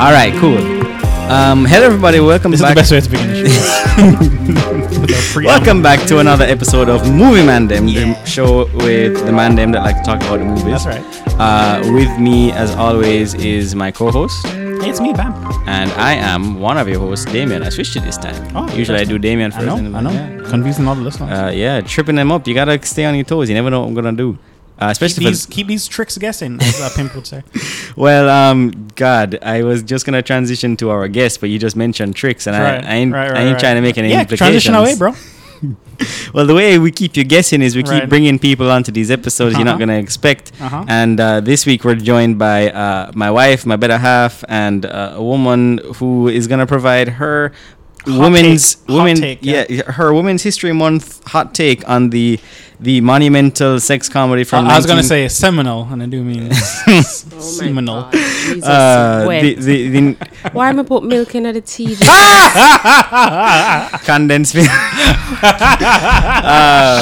All right, cool. Um, hello, everybody. Welcome This is the back. best way to begin the show. Without preamble. Welcome back to another episode of Movie Mandem, the show with the Mandem that like to talk about the movies. That's right. Uh, with me, as always, is my co-host, Hey, it's me, Bam. and I am one of your hosts, Damien. I switched it this time. Oh, Usually I do Damien first. I know, and- I know. Confusing all the listeners. Uh, yeah, tripping them up. You gotta stay on your toes. You never know what I'm gonna do. Uh, keep, especially for these, keep these tricks guessing, as uh, Pimp would say. well, um, God, I was just gonna transition to our guest, but you just mentioned tricks, and Right, I, I ain't, right, I right, ain't right. trying to make any yeah, implications. transition away, bro. Well, the way we keep you guessing is we keep Right. bringing people onto these episodes you're not Uh-huh. going to expect. Uh-huh. And uh, this week we're joined by uh, my wife, my better half, and uh, a woman who is going to provide her Hot women's take. Hot women take, yeah. her women's history month hot take on the the monumental sex comedy from I was going to 19 say seminal, and I do mean Oh my seminal. God. Jesus. uh, When? the, the, the Ah, Why am I put milk in the tea? condensed film.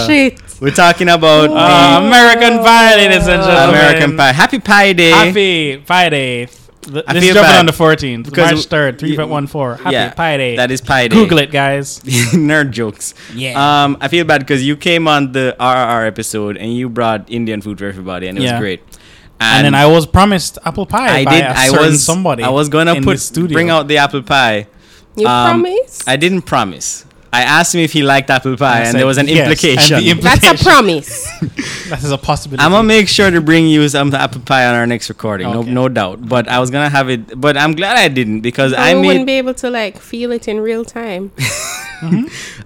Shit. We're talking about Uh, the American Pie, ladies and gentlemen. Oh. American Pie. Happy Pie Day. Um, Happy Pie Day. Th- This I is feel jumping bad. on the 14th, Because March 3rd, we- 3.14. Happy yeah, Pie Day. That is Pie Day. Google it, guys. nerd jokes. Yeah. Um, I feel bad because you came on the RRR episode and you brought Indian food for everybody, and it Yeah. was great. And, then I was promised apple pie I by did. a I certain was somebody. I was gonna in put the studio. bring out the apple pie. You Um, promise? I didn't promise. I asked him if he liked apple pie, I and said there was an yes, and the implication. impl- That's a promise. That is a possibility. I'm gonna make sure to bring you some apple pie on our next recording, Okay. no, no doubt. But I was gonna have it, but I'm glad I didn't because I I made wouldn't be able to like feel it in real time.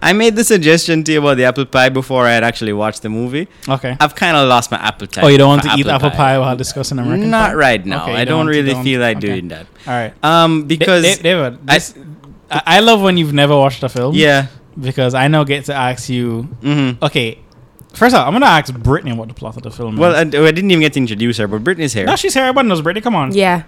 I made the suggestion to you about the apple pie before I had actually watched the movie. okay. I've kind of lost my appetite. Oh, you don't want for to eat apple pie, while discussing American Not pie? right now. Okay, you I don't, you really don't- feel like okay. doing that. All right. Um, Because because David, I- this- I, I love when you've never watched a film. yeah, Because I now get to ask you. Mhm. Okay. First off, I'm gonna ask Brittany what the plot of the film well, uh, is. I, I didn't even get to introduce her, but Britney's here. no, she's here. Everyone knows Brittany. Come on. Yeah.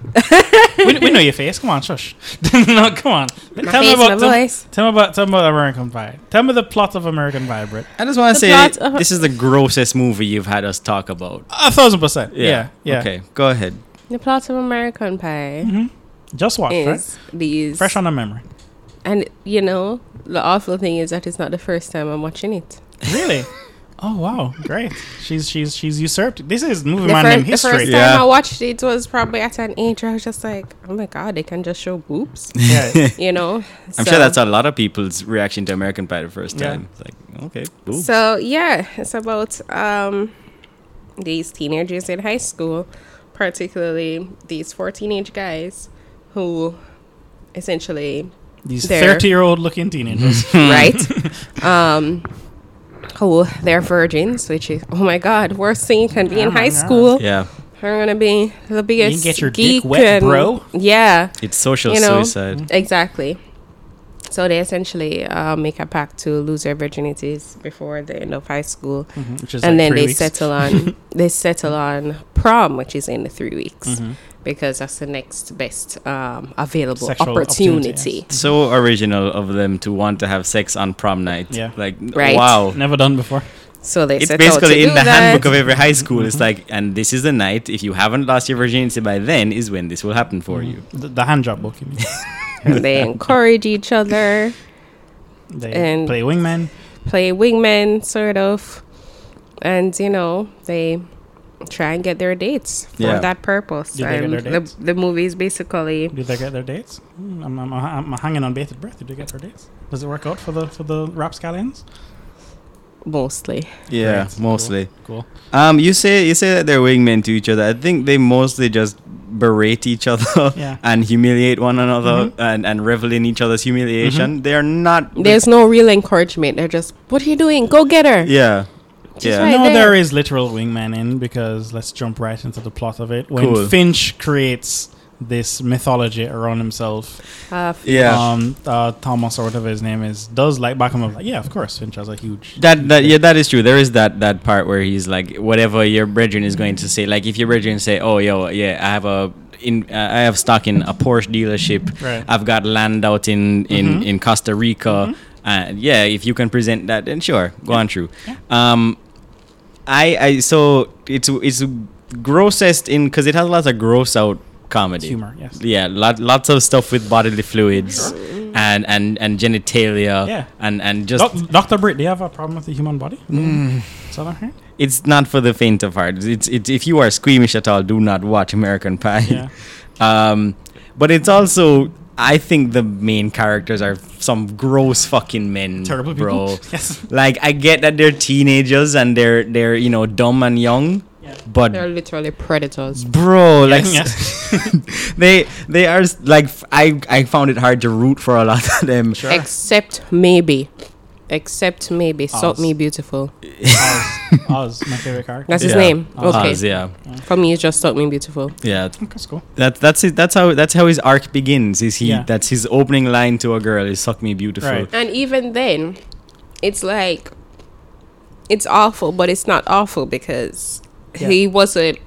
we, we know your face. Come on, shush. no, come on. My face, my tell, voice. tell me about tell me about American Pie. Tell me the plot of American Pie, Britt. I just want to The say plot of- this is the grossest movie you've had us talk about. A thousand percent. Yeah. Yeah. Okay, go ahead. The plot of American Pie Mm-hmm. Just watch, right? is these. Fresh on the memory. and you know, the awful thing is that it's not the first time I'm watching it. Really? oh wow, great. She's she's she's usurped. This is movie The, my fir- name the first history. time Yeah. I watched it was probably at an age where I was just like, oh my god, they can just show boobs. Yeah. you know? I'm So- sure that's a lot of people's reaction to American Pie the first Yeah. time. It's Like, okay, cool. So yeah, it's about um, these teenagers in high school, particularly these four teenage guys who essentially These There. thirty-year-old looking teenagers. right um who they're virgins which is oh my god worst thing you can be Oh in my high God. school Yeah, they're gonna be the biggest get your dick geek wet, and- bro. yeah it's social You know, suicide. exactly so they essentially uh, make a pact to lose their virginities before the end of high school which is and like then three they weeks. settle on they settle on prom, which is in the three weeks, Mm-hmm. because that's the next best um, available Sexual opportunity. opportunity, So original of them to want to have sex on prom night. Yeah. like Right. wow. Never done before. So they it's set out to basically in do the that. handbook of every high school. It's like, and this is the night. If you haven't lost your virginity by then, is when this will happen for you. The, the hand job book. You mean. and they encourage each other, They And- play wingman. play wingmen, sort of, and you know they try and get their dates for Yeah. that purpose. Do they get and their dates? the the movie is basically Do they get their dates? Mm, I'm, I'm, I'm hanging on bated breath. Do they get their dates? Does it work out for the for the rapscallions? mostly Yeah, Right, mostly. Cool. Um, you say you say that they're wingmen to each other. I think they mostly just berate each other Yeah. and humiliate one another and, and revel in each other's humiliation. They are not. there's no real encouragement. They're just, "What are you doing? Go get her!" yeah. She's Yeah. right. no, there there. is literal wingman in because let's jump right into the plot of it. When Cool. Finch creates this mythology around himself, Uh, Yeah. um, uh, Thomas or whatever his name is does like back him up. Like, yeah, of course, Finch has a huge. That, that yeah that is true. There is that that part where he's like whatever your brethren is going to say. Like if your brethren say, "Oh yo yeah I have a in uh, I have stock in a Porsche dealership. Right. Mm-hmm. I've got land out in in in Costa Rica." And yeah, if you can present that, then sure, go on through. Yeah. Um, I I so it's it's grossest in because it has lots of gross out comedy humor, yes. Yeah, lot, lots of stuff with bodily fluids and and and genitalia. Yeah. and and just Doc- Dr. Britt, do you have a problem with the human body? Southern hair? it's not for the faint of heart. It's it's if you are squeamish at all, do not watch American Pie. Yeah. Um, but it's also I think the main characters are some gross fucking men, Terrible people. bro. Yes. Like I get that they're teenagers and they're they're you know dumb and young, Yeah. but They're literally predators. bro, like yes. they they are s- like f- I I found it hard to root for a lot of them. Sure. Except maybe. Except maybe. Salt Oz. me beautiful. Oz. Oz, my favorite character. That's his Yeah. name. Oz. okay. Oz, yeah, For me, it's just salt me beautiful. yeah. Okay, That's cool. That that's his, that's how that's how his arc begins. Is he? Yeah. That's his opening line to a girl. Is "Suck me beautiful." Right. And even then, it's like it's awful, but it's not awful because Yeah. he wasn't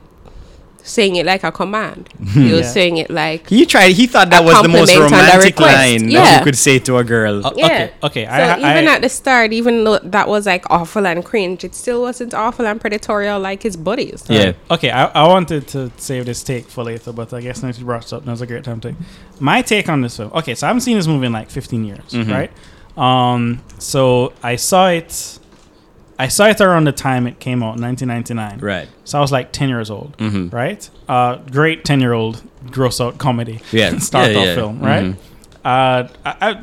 saying it like a command. He was Yeah. saying it like He tried. He thought that A was the most compliment and a romantic request, line that yeah. you could say to a girl. O- Yeah. Okay. Okay. so I, I, even at the start, even though that was like awful and cringe, it still wasn't awful and predatorial like his buddies. Yeah. Okay, I, I wanted to save this take for later, but I guess since you brought it up, now's a great time to. My take on this film. Okay, so I haven't seen this movie in like 15 years, Mhm. right? Um, so I saw it. I saw it around the time it came out, 1999. Right. So I was like 10 years old, Mm-hmm. right? Uh, great 10 year old gross out comedy Yeah. start yeah, off yeah. film, right? Mhm. Uh, I, I,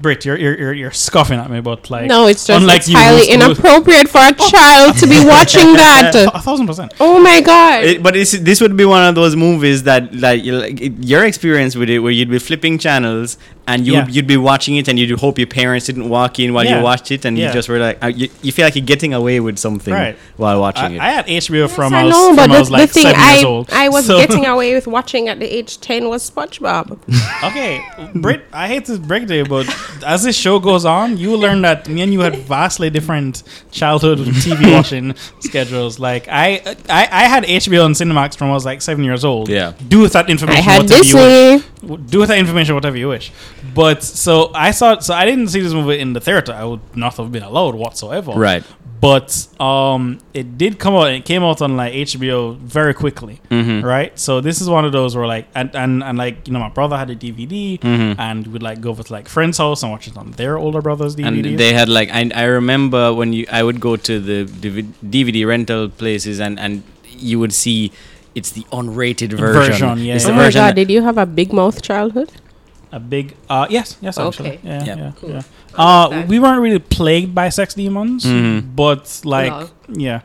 Britt, you're, you're you're you're scoffing at me, but like No, it's just unlike it's you, highly most people- inappropriate for a child to be watching that. a thousand percent. Oh my god! It- but it's, this would be one of those movies that like, you- like it- your experience with it, where you'd be flipping channels and you Yeah. you'd be watching it, and you'd hope your parents didn't walk in while Yeah. you watched it, and Yeah. you just were like, uh, you, you feel like you're getting away with something Right. while watching I, it. I had HBO from I I was, know, from but I the, was like the thing seven years I, old. I was So- getting away with watching at the age 10 was SpongeBob. Okay, Brit, I hate to break it to you, but as this show goes on, you will learn that me and you had vastly different childhood TV watching schedules. Like I, I, I had HBO and Cinemax from I was like seven years old. Yeah. do with that I information. had whatever you want. Disney. do with that information whatever you wish. But so I saw, so I didn't see this movie in the theater. I would not have been allowed whatsoever. Right. But um, it did come out. and It came out on like HBO very quickly. Mm-hmm. Right. So this is one of those where like, and and, and like you know, my brother had a DVD, Mm-hmm. and we'd like go over to like friends' house and watch it on their older brother's and DVD. they had like I, I remember when you I would go to the DV- DVD rental places and and you would see it's the unrated version. Version, yeah, It's yeah. the Oh version that- did you have a big mouth childhood? a big uh yes yes actually Okay. yeah Yeah. yeah, Cool. yeah. uh Understand. we weren't really plagued by sex demons Mhm. but like Lol. yeah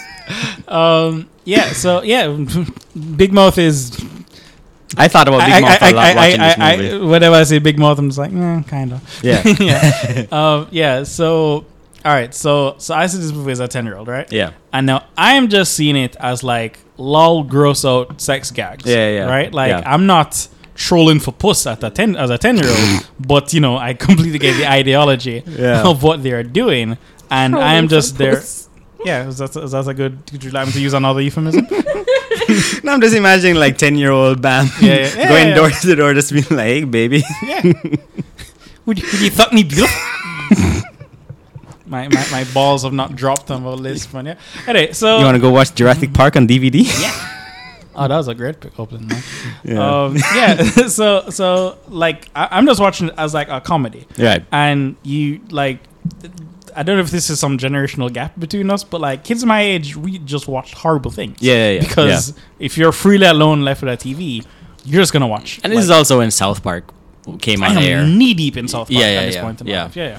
um yeah so yeah big mouth is I thought about Oh, Big Mouth a lot watching this movie. whenever i say big mouth i'm just like eh, kind of yeah, yeah um yeah so all right so so i see this movie as a 10 year old right yeah, and now I am just seeing it as like lol, gross out sex gags. Yeah, yeah, Right? Like yeah. I'm not trolling for puss at a ten as a ten year old, but you know I completely get the ideology Yeah. of what they are doing, and I am just there. It's Yeah, is that, is that a good? Would you like me to use another euphemism? No, I'm just imagining like ten year old Bam Yeah, yeah, yeah, going yeah. door to door, just being like, "Hey, baby, yeah. Would you, would you fuck me beautiful? my, my my balls have not dropped on all this one. Yeah. Anyway, so you want to go watch Jurassic Park on DVD?" oh, that was a great pick opening. Man. Yeah, Um, yeah. so so like I, I'm just watching it as like a comedy, right. and you like I don't know if this is some generational gap between us, but like kids my age, we just watched horrible things. Yeah, yeah, yeah. Because if you're freely alone left with a TV, you're just gonna watch. And this is like, also when South Park came I on am air. knee deep in South Park Yeah, at yeah, this yeah, point in my yeah. life. Yeah, yeah.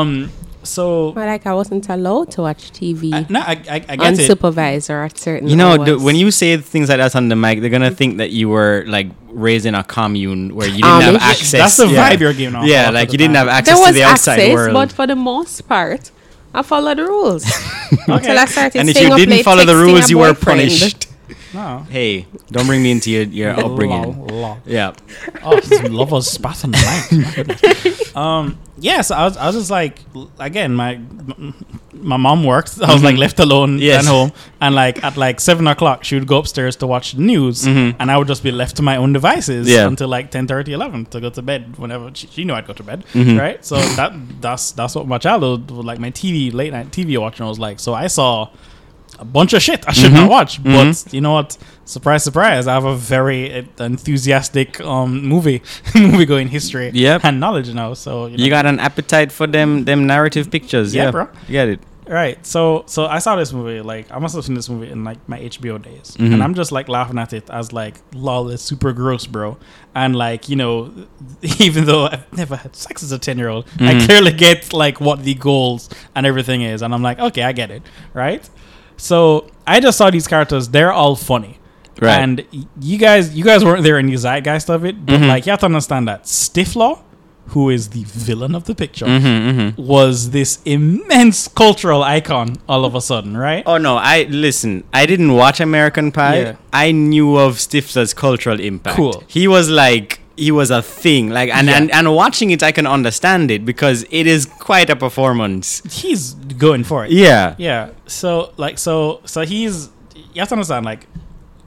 Um, so But like I wasn't allowed to watch TV I, no, I, I, I get it. unsupervised or at certain. You know, hours. the, when you say things like that on the mic, they're gonna think that you were like raised in a commune where you didn't have Amish. access. That's the yeah. vibe you're giving off. a lot Yeah, of like the you didn't time. have access Ah, there to was the outside access, world. but for the most part, I followed the rules until I started. and if staying you up didn't late follow the texting a rules, you were boyfriend. punished. No. Hey, don't bring me into your, your Oh, upbringing. Lol, lol. Yeah. Oh, some lovers spat on the mic. um, yeah, so I was, I was just like, l- again, my my mom works. I was like Mhm. left alone Yes. at home, and like at like seven o'clock, she would go upstairs to watch the news, Mhm. and I would just be left to my own devices Yeah. until like 10, 11 to go to bed. Whenever she, she knew I'd go to bed, Mhm. right? So that that's that's what my childhood was like. My TV late night TV watching was like. So I saw a bunch of shit I should Mhm. not watch. But Mhm. you know what? Surprise, surprise! I have a very uh, enthusiastic um, movie movie going history Yep. and knowledge now. So know. You got an appetite for them them narrative pictures. Yeah, Yeah, bro. You get it. right. So so I saw this movie. Like I must have seen this movie in like my HBO days, Mhm. and I'm just like laughing at it as like lol, it's super gross, bro. And like you know, even though I've never had sex as a ten year old, I Mhm. clearly get like what the goals and everything is, and I'm like, okay, I get it, right? So I just saw these characters; they're all funny. Right. And y- you guys, you guys weren't there in the zeitgeist of it, but Mhm. like you have to understand that Stiflaw, who is the villain of the picture, hmm hmm was this immense cultural icon all of a sudden, right? Oh no! I listen. I didn't watch American Pie. Yeah. I knew of Stifler's cultural impact. Cool. He was like he was a thing. Like and, Yeah. and and watching it, I can understand it because it is quite a performance. He's going for it. Yeah. Yeah. So like so so he's you have to understand like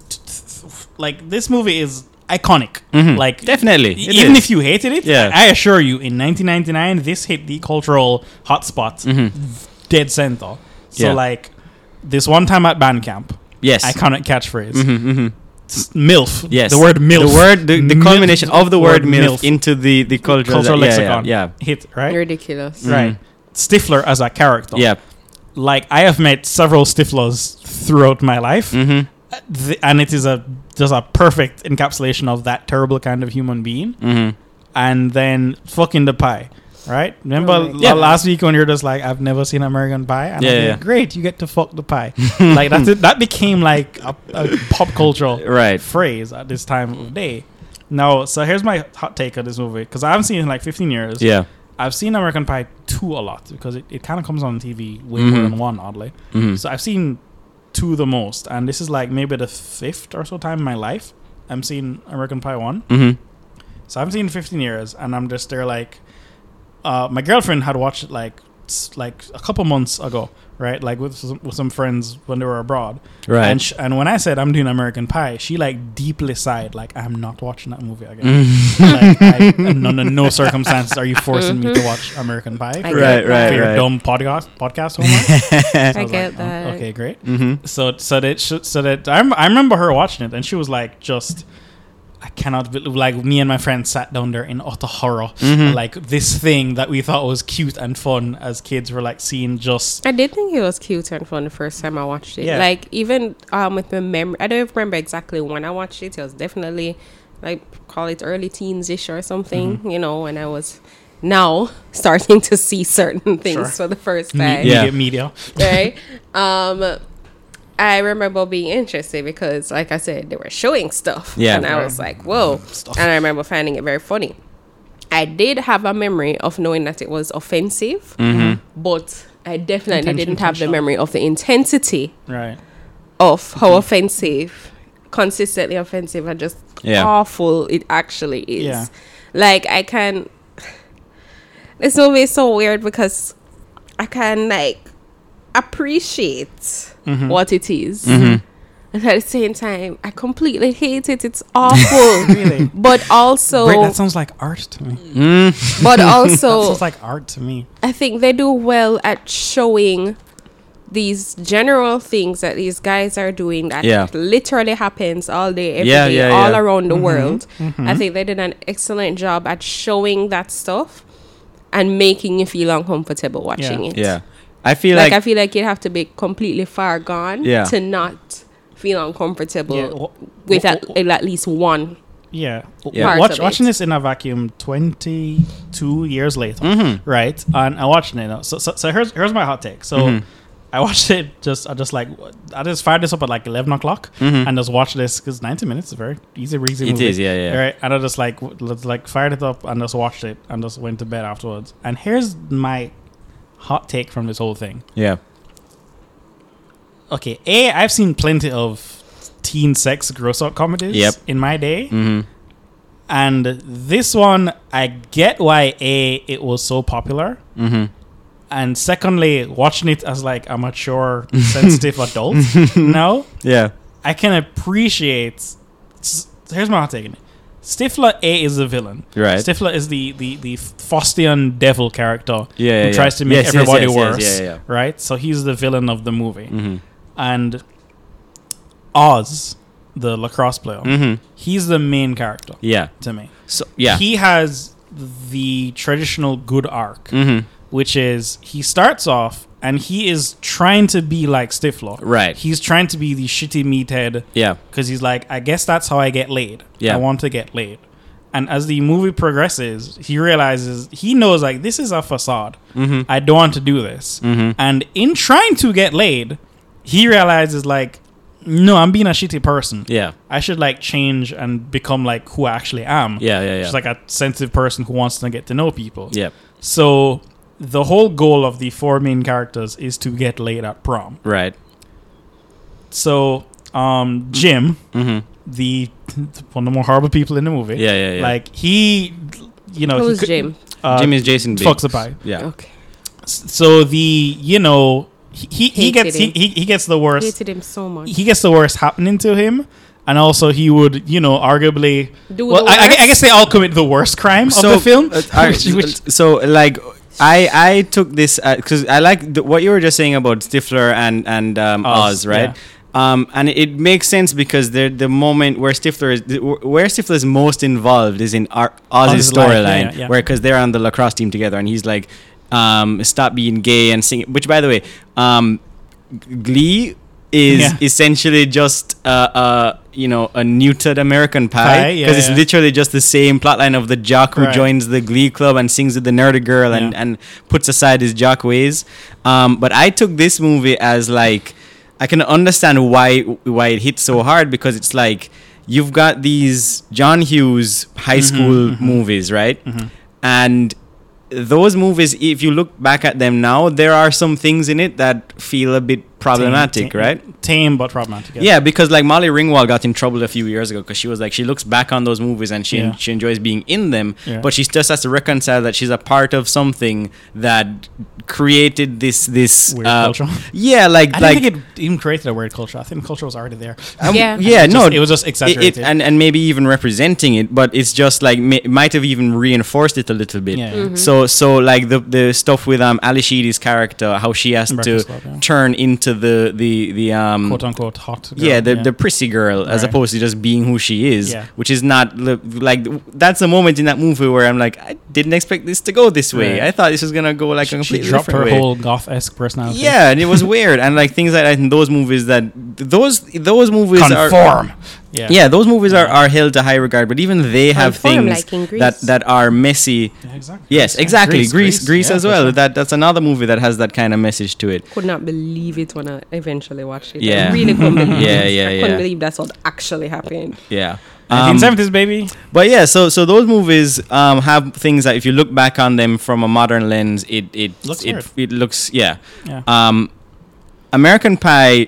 t- t- like this movie is iconic. Mhm. Like Definitely. e- It Even is. if you hated it, Yeah. I assure you, in 1999, this hit the cultural hotspot Mhm. dead center. So Yeah. like this one time at band camp, Yes. iconic catchphrase, Mhm, mhm. S- MILF. Yes. the word MILF, The word. The, the Milf- combination of the word, milf, MILF. into the the cultural, cultural yeah, yeah, lexicon. Yeah. Mm-hmm. hit right, Ridiculous. right. Stifler as a character. Yeah. like I have met several Stiflers throughout my life, Mhm. Uh, th- and it is a just a perfect encapsulation of that terrible kind of human being. Mhm. And then fucking the pie, right? Remember Oh my la- God. Yeah. last week when you're just like, I've never seen American Pie, and Yeah, I'm yeah, like, yeah. great, you get to fuck the pie. like that's it, that became like a, a pop cultural Right. phrase at this time of day. Now, so here's my hot take on this movie because I haven't seen it in like 15 years. Yeah. I've seen American Pie 2 a lot because it, it kind of comes on TV way Mhm. more than one, oddly. Mhm. So I've seen two the most, and this is like maybe the fifth or so time in my life I'm seeing American Pie 1. Mhm. So I haven't seen it in 15 years, and I'm just there like, uh, my girlfriend had watched it like s- like a couple months ago, right? Like with some, with some friends when they were abroad. Right. And, sh- and when I said I'm doing American Pie, she like deeply sighed, like I'm not watching that movie again. like, I, under no circumstances are you forcing me to watch American Pie I for, Right. get for Right. your Right. dumb podcast podcast homework. So I was get like, that. "Oh, Okay, great. Mhm. So so that sh- so that I, rem- I remember her watching it and she was like just I cannot believe like me and my friend sat down there in utter horror Mhm. like this thing that we thought was cute and fun as kids were like seeing just I did think it was cute and fun the first time I watched it. Yeah. Like even um with my memory, I don't remember exactly when I watched it. It was definitely like call it early teens ish or something. Mm-hmm. You know, when I was now starting to see certain things Sure. for the first me- time. Yeah. media media. right? Um, I remember being interested because, like I said, they were showing stuff. Yeah. And I was like, whoa. Stuff. And I remember finding it very funny. I did have a memory of knowing that it was offensive, but I definitely Intention- didn't have the intentional. memory of the intensity Right. of how offensive, consistently offensive, and just Yeah. awful it actually is. Yeah. Like I can. This movie is so weird because I can like appreciate Mm-hmm. what it is. And at the same time, I completely hate it. It's awful, Really. but also, Great, that sounds like art to me. but That also, sounds like art to me. I think they do well at showing these general things that these guys are doing that Yeah. literally happens all day, every day, Yeah, yeah, all yeah. around the Mm-hmm. world. I think they did an excellent job at showing that stuff and making you feel uncomfortable watching Yeah. it. Yeah. I feel Like, like, I feel like you'd have to be completely far gone Yeah. to not feel uncomfortable Yeah, wh- with wh- at, at least one. Yeah. Yeah. Parts Watch, of watching it. this in a vacuum 22 years later, Mm-hmm. right? And I watched it. now. So, so, so here's here's my hot take. So Mm-hmm. I watched it just, I just like, I just fired this up at like 11 o'clock and just watched this because 90 minutes is a very easy, easy Mm-hmm. It movie. is, yeah, yeah. Right? And I just like, w- just like fired it up and just watched it and just went to bed afterwards. And here's my hot take from this whole thing. yeah. Okay, A, I've seen plenty of teen sex gross out comedies Yep. in my day. Mhm. And this one, I get why A, it was so popular. Mhm. And secondly, watching it as like a mature, sensitive adult now, Yeah. I can appreciate. s- Here's my hot take on it. Stifler A is the villain. Right. Stifler is the the the Faustian devil character Yeah, who yeah, tries yeah. to Yes, make yes, everybody yes, yes, worse. yeah, yeah, yeah. Right. So he's the villain of the movie. Mhm. And Oz, the lacrosse player, Mhm. he's the main character Yeah. to me. So yeah. He has the traditional good arc, mhm. which is he starts off and he is trying to be like Stifler. Right. He's trying to be the shitty meathead Yeah. because he's like, I guess that's how I get laid. Yeah. I want to get laid. And as the movie progresses, he realizes he knows like this is a facade. Mm-hmm. I don't want to do this. And in trying to get laid, he realizes like, no, I'm being a shitty person. Yeah. I should like change and become like who I actually am. Yeah. Yeah. Yeah. Just like a sensitive person who wants to get to know people. yeah. So the whole goal of the four main characters is to get laid at prom. Right. So um Jim, Mhm. the one of the more horrible people in the movie. Yeah. Yeah. Yeah. Like he, you know, he, Who's could- Jim? Uh, Jim is Jason. Biggs. fucks a pie. Yeah. Okay. So the you know he he, he Hated gets he, him. he he gets the worst. Hated him so much. He gets the worst happening to him. And also, he would, you know, arguably. Do well, the I, I gue- I worst? guess they all commit the worst crime of the film. uh, I- which- which- so like I I took this because I like the, what you were just saying about Stifler and and um, Oz, Oz, right? Um, and it makes sense because they're the moment where Stifler is where Stifler is most involved is in our, Oz's Oz's life, yeah, storyline, yeah, yeah. where because they're on the lacrosse team together, and he's like, um, "Stop being gay and sing." Which, by the way, um, Glee is Yeah. essentially just uh, uh, you know a neutered American Pie, Pie yeah, because it's yeah. literally just the same plotline of the jock who Right. joins the glee club and sings with the nerdy girl and, Yeah. and puts aside his jock ways um, but i took this movie as like i can understand why why it hit so hard because it's like you've got these john hughes high Mm-hmm, school movies right and those movies if you look back at them now there are some things in it that feel a bit problematic tame, uh, right Tame but problematic. yeah, because like Molly Ringwald got in trouble a few years ago because she was like she looks back on those movies and she Yeah. she enjoys being in them, Yeah. but she just has to reconcile that she's a part of something that created this this Weird uh, culture. Yeah, like I like don't think it even created a weird culture. I think culture was already there. um, Yeah. yeah, It no, just- it was just exaggerated. and and maybe even representing it, but it's just like ma- it might have even reinforced it a little bit. Yeah, yeah. Mhm. So so like the the stuff with um Ali Sheedy's character, how she has to Breakfast Club, yeah. turn into the the the um quote unquote hot. girl, yeah, the, the prissy girl as Right. opposed to just being who she is, Yeah. which is not li- like that's a moment in that movie where I'm like, I didn't expect this to go this way. Right. I thought this was gonna go like a she completely dropped different her way. whole goth esque personality. yeah, and it was weird, and like things like that in those movies that those those movies are conform. yeah. yeah, those movies are, are held to high regard, but even they have Conform, like things in Grease. that that are messy. Yeah, exactly. Yes, Yeah, exactly. Greece, Greece, yeah, as for well. sure. That that's another movie that has that kind of message to it. could not believe it when I eventually watched it. Yeah. I really couldn't believe Yeah, it. yeah, I couldn't yeah. believe that's what actually happened. Yeah. Um, 1970s baby. But yeah, so so those movies um, have things that if you look back on them from a modern lens, it it Looks it, it weird. looks yeah. Yeah. Um, American Pie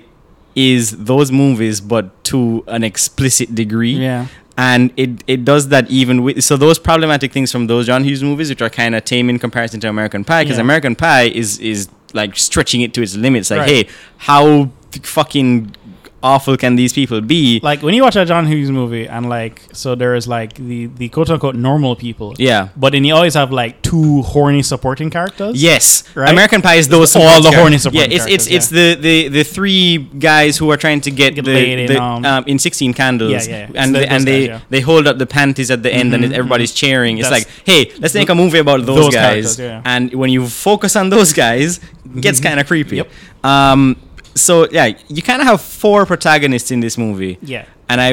is those movies, but to an explicit degree. yeah. And it, it does that even with so those problematic things from those John Hughes movies, which are kind of tame in comparison to American Pie, because Yeah. American Pie is is like stretching it to its limits. Like, Right. hey, how fucking awful can these people be? Like when you watch a John Hughes movie and like so there is like the the quote unquote normal people. yeah. But then you always have like two horny supporting characters. Yes, Right? American Pie is those all support the char- horny supporting Yeah, it's it's it's characters, the, the the three guys who are trying to get, Get the, laid in, the, um, um, in sixteen candles, Yeah, yeah, yeah. and It's they, those and they guys, yeah. Mm-hmm. they hold up the panties at the end, and it, everybody's cheering. It's That's- like, hey, let's make a movie about those, those characters, guys, yeah. Mm-hmm. and when you focus on those guys, it gets kind of creepy. Yep. Um, so yeah, you kind of have four protagonists in this movie, Yeah. and I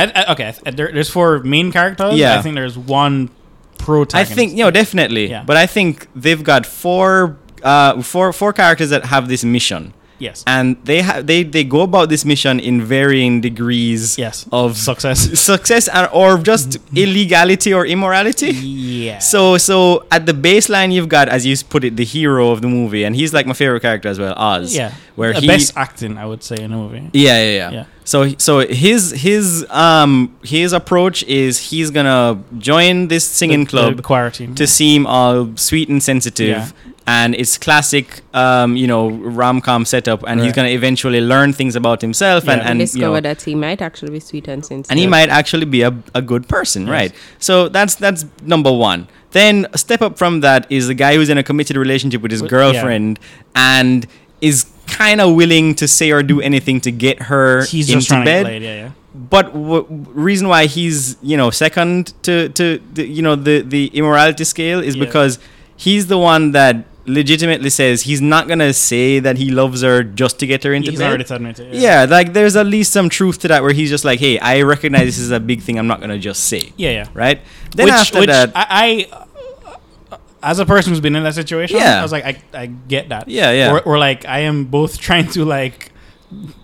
I, I, okay. I th- there, there's four main characters. Yeah. I think there's one I protagonist. think you know definitely, Yeah. but I think they've got four uh four four characters that have this mission. yes. and they ha- they they go about this mission in varying degrees Yes. of Success. success and, or just illegality or immorality yeah. so so at the baseline you've got as you put it the hero of the movie and he's like my favorite character as well oz yeah. where the he best acting I would say in a movie. yeah yeah yeah, Yeah. So so his his um his approach is he's gonna join this singing The- club the choir team. to seem all sweet and sensitive. Yeah. And it's classic, um, you know, rom com setup, and he's Right. gonna eventually learn things about himself, and Yeah. and you discover know, that he might actually be sweet and sincere. and he might actually be a, a good person, right? So that's that's number one. Then a step up from that is the guy who's in a committed relationship with his Wi- yeah. girlfriend and is kind of willing to say or do anything to get her He's into just trying bed. to get laid. Yeah, yeah. But w- reason why he's you know second to to the, you know the the immorality scale is Yeah. because he's the one that legitimately says he's not gonna say that he loves her just to get her into He's bed. already admitted. Yeah. Yeah, like there's at least some truth to that where he's just like, hey, I recognize this is a big thing. I'm not gonna just say. Yeah, yeah. Right. Then after that, I, I uh, as a person who's been in that situation, Yeah. I was like, I, I get that. Yeah, yeah. Or, or like, I am both trying to like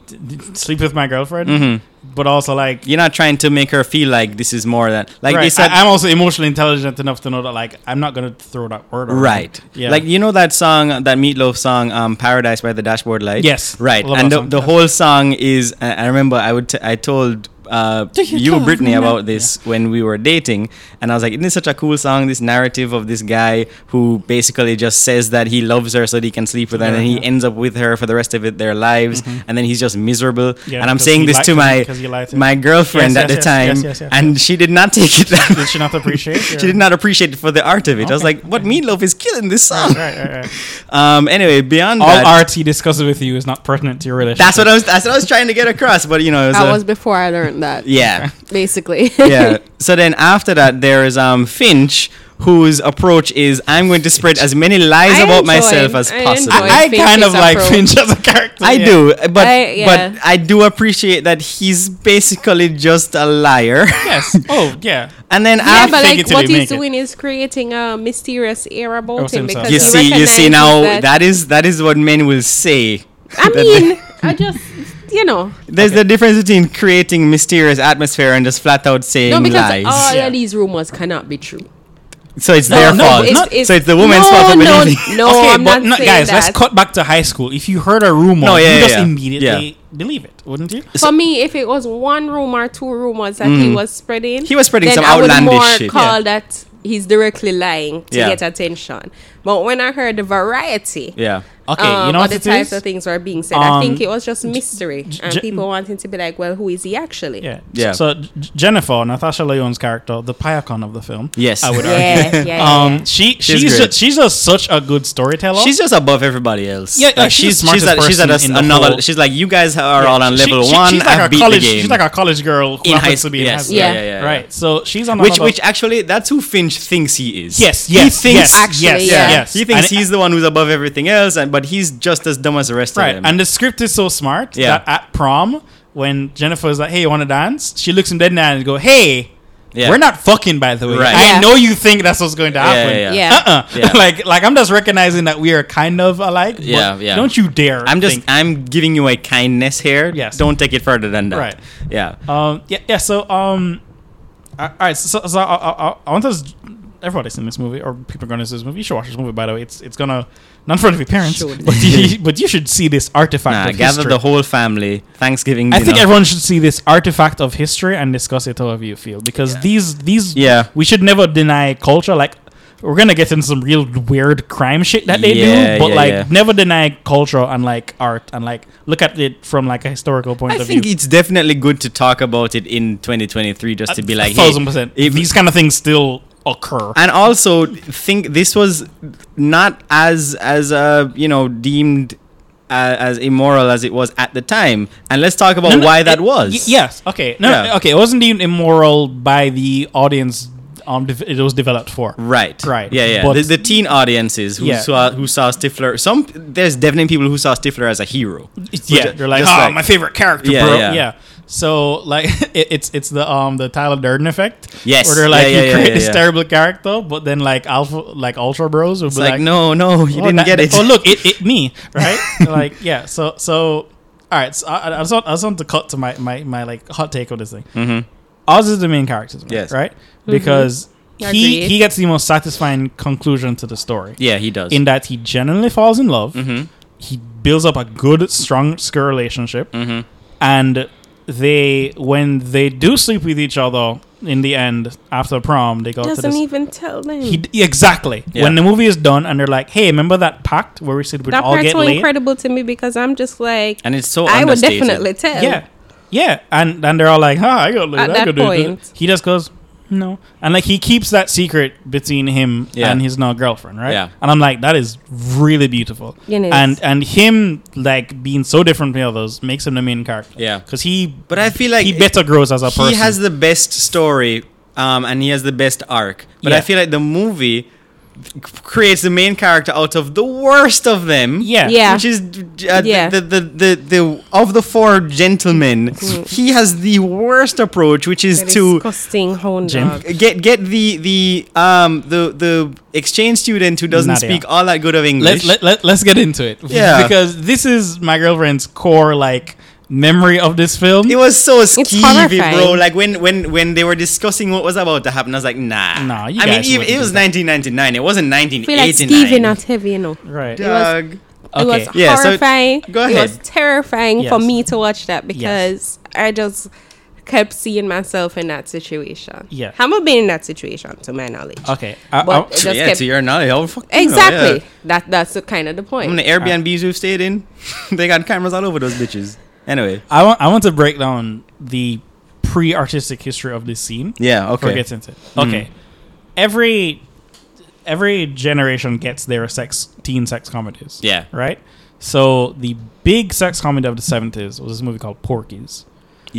d- d- sleep with my girlfriend, Mhm. but also like, you're not trying to make her feel like this is more than like they right, said. I, am also emotionally intelligent enough to know that like I'm not gonna throw that word. around. Right. Yeah. Like you know that song, that Meatloaf song, um, "Paradise" by the Dashboard Light. Yes. Right. Love and that the, song. the whole song is. I I remember I would. T- I told uh, you you, love Brittany, me? about this when we were dating, and I was like, "Isn't this such a cool song? This narrative of this guy who basically just says that he loves her so that he can sleep with her, and Yeah, then he yeah. ends up with her for the rest of it, their lives, and then he's just miserable." Yeah, and I'm because saying he this lied to to me, my 'cause he lied to me. my girlfriend Yes, at yes, the yes, time, yes, yes, yes, and she did not take it. that Did she not appreciate? she did not appreciate it for the art of it. I was Okay. like, "What meatloaf is killing this song?" Right, right, right, right. Um. Anyway, beyond that, All RT discusses with you is not pertinent to your relationship. that's what I was. That's what I was trying to get across. But you know, it was, that a- was before I learned that. yeah, Basically. yeah. So then after that, there is um Finch, whose approach is, "I'm going to spread as many lies I about enjoy- myself as I possible." enjoy- I, I, I kind Finch's of like approach. Finch as a character. yeah. do, but I- yeah. but I do appreciate that he's basically just a liar. Yes. Oh, yeah. and then Yeah, after. but fake like it till what you he's make it. doing is creating a mysterious air about Of him himself. because you he see, you see recognizes now that, that is that is what men will say. I that- mean, I just you know There's the difference between creating mysterious atmosphere and just flat out saying no because uh, lies. all Yeah. of these rumors cannot be true. Oh, so it's No, their no, fault. it's- so it's the woman's fault for No, believing. no, no I'm not saying guys, that. let's cut back to high school. If you heard a rumor, No, yeah, you yeah, just yeah. immediately believe it, wouldn't you? For me, if it was one rumor, two rumors that Mm. he was spreading, He was spreading then some I would outlandish more shit. Call that he's directly lying to Yeah. get attention. But when I heard the variety, Yeah. Okay, um, you know of what the it types is? of things were being said. I Um, think it was just mystery and J- people wanting to be like, well, who is he actually? yeah. Yeah. So J- Jennifer, Natasha Leon's character, the Piacon of the film. Yes. I would argue. yeah, yeah, yeah. Um, she she's great. just, she's just such a good storyteller. She's just above everybody else. Yeah, like, she's the she's smartest at, she's at a, person in the another. whole- She's like you guys are all on She- level she- one. She's like I've a beat college. the game. She's like a college girl who in high happens to school. be in high Yes. school. Yeah. Yeah. Yeah. yeah, yeah. Right. So she's on Which another- which actually that's who Finch thinks he is. Yes. He Yes. thinks yes. Actually, yes. yeah. Yes. He thinks And- he's the one who's above everything else, and but he's just as dumb as the rest Right. of them. And the script is so smart Yeah. that at prom, when Jennifer is like, hey, you want to dance? She looks him dead in the eye and go, hey, Yeah. we're not fucking, by the way. Right. I Yeah. know you think that's what's going to Yeah, happen. yeah, yeah. Uh-uh. Yeah. like, like I'm just recognizing that we are kind of alike. but Yeah, yeah. Don't you dare. I'm just think- I'm giving you a kindness here. Yes. Don't take it further than that. Right. Yeah. Um. Yeah. Yeah. So. Um. All right. So. So, so I, I, I- I want us. Everybody's seen this movie, or people are going to see this movie. You should watch this movie. By the way, it's it's gonna not in front of your parents, Should. but you, but you should see this artifact. Nah, of gather history. the whole family. Thanksgiving. I Dinner. think everyone should see this artifact of history and discuss it however you feel because these these Yeah. we should never deny culture like we're gonna get into some real weird crime shit that they Yeah, do but yeah, like yeah. never deny culture and like art and like look at it from like a historical point I of think view. it's definitely good to talk about it in 2023, just to be like, a hey, thousand percent. if- these kind of things still occur. and also think this was not as as uh you know deemed uh, as immoral as it was at the time. And let's talk about No, no, why it- that was. y- yes. Okay. No, Yeah. Okay. It wasn't even immoral by the audience. Um, dev- it was developed for. Right. Right. Yeah, yeah. But- the, the teen audiences who Yeah. saw who saw Stifler. Some there's definitely people who saw Stifler as a hero. yeah, Which- they're like, oh, just my favorite character, Yeah, bro. yeah. Yeah. So like, it, it's it's the um the Tyler Durden effect. Yes. Where they're like, Yeah, yeah, you yeah, create yeah, this yeah. terrible character, but then like Alpha, like Ultra Bros, will It's be like, like, no, no, you oh, didn't that- get it. Oh, look, it, it me, right? like, yeah. So so, all right. So I, I just want I just want to cut to my my my like hot take on this thing. Mhm. Oz is the main character, man, Yes. right? Because he Agreed. he gets the most satisfying conclusion to the story Yeah, he does. in that he genuinely falls in love. Mhm. He builds up a good, strong, secure relationship, Mhm. and they when they do sleep with each other in the end after prom, they go to Doesn't this. even tell them. He, d- exactly. Yeah. When the movie is done and they're like, "Hey, remember that pact where we said we'd that all part's get so laid?" incredible to me because I'm just like, and it's so I would understated. definitely tell. Yeah, yeah. And and they're all like, "Huh, I got laid. At I that got laid." point. He just goes, "No," and like he keeps that secret between him Yeah. and his now girlfriend, right? Yeah. And I'm like, that is really beautiful. It is. And and him like being so different from the others makes him the main character. Yeah. because he But I feel like he better grows as a person. he has the best story um, and he has the best arc. But Yeah. I feel like the movie c- creates the main character out of the worst of them. yeah Yeah. Which is uh, Yeah. the, the, the, the, the of the four gentlemen, he has the worst approach, which is That to disgusting hound Jim. dog. get get the the um the the exchange student who doesn't Nadia. speak all that good of English. Let's let, let, let's get into it. Yeah. because this is my girlfriend's core like memory of this film. it was so skeevy, bro. horrifying. Like when when when they were discussing what was about to happen, I was like, nah. Nah, you I mean, guys even, wouldn't it do was that. 1999. It wasn't I feel 1989. like Stevie not heavy, you know. right. Dog. It was Okay. Yeah, so- horrifying. go It was ahead. terrifying for Yes. me to watch that because I just kept seeing myself in that situation. Yeah. I've never been in that situation, to my knowledge. Okay. I, But- I- It just yeah, kept- to your knowledge, oh, fuck you know, Exactly. yeah. That that's the kind of the point. I mean, the Airbnbs we've stayed in, they got cameras all over those bitches. Anyway, I want I want to break down the pre-artistic history of this scene. yeah, Before it okay, Mm. gets into it. Okay. Every every generation gets their sex teen sex comedies. yeah, Right? So the big sex comedy of the 70s was this movie called Porky's.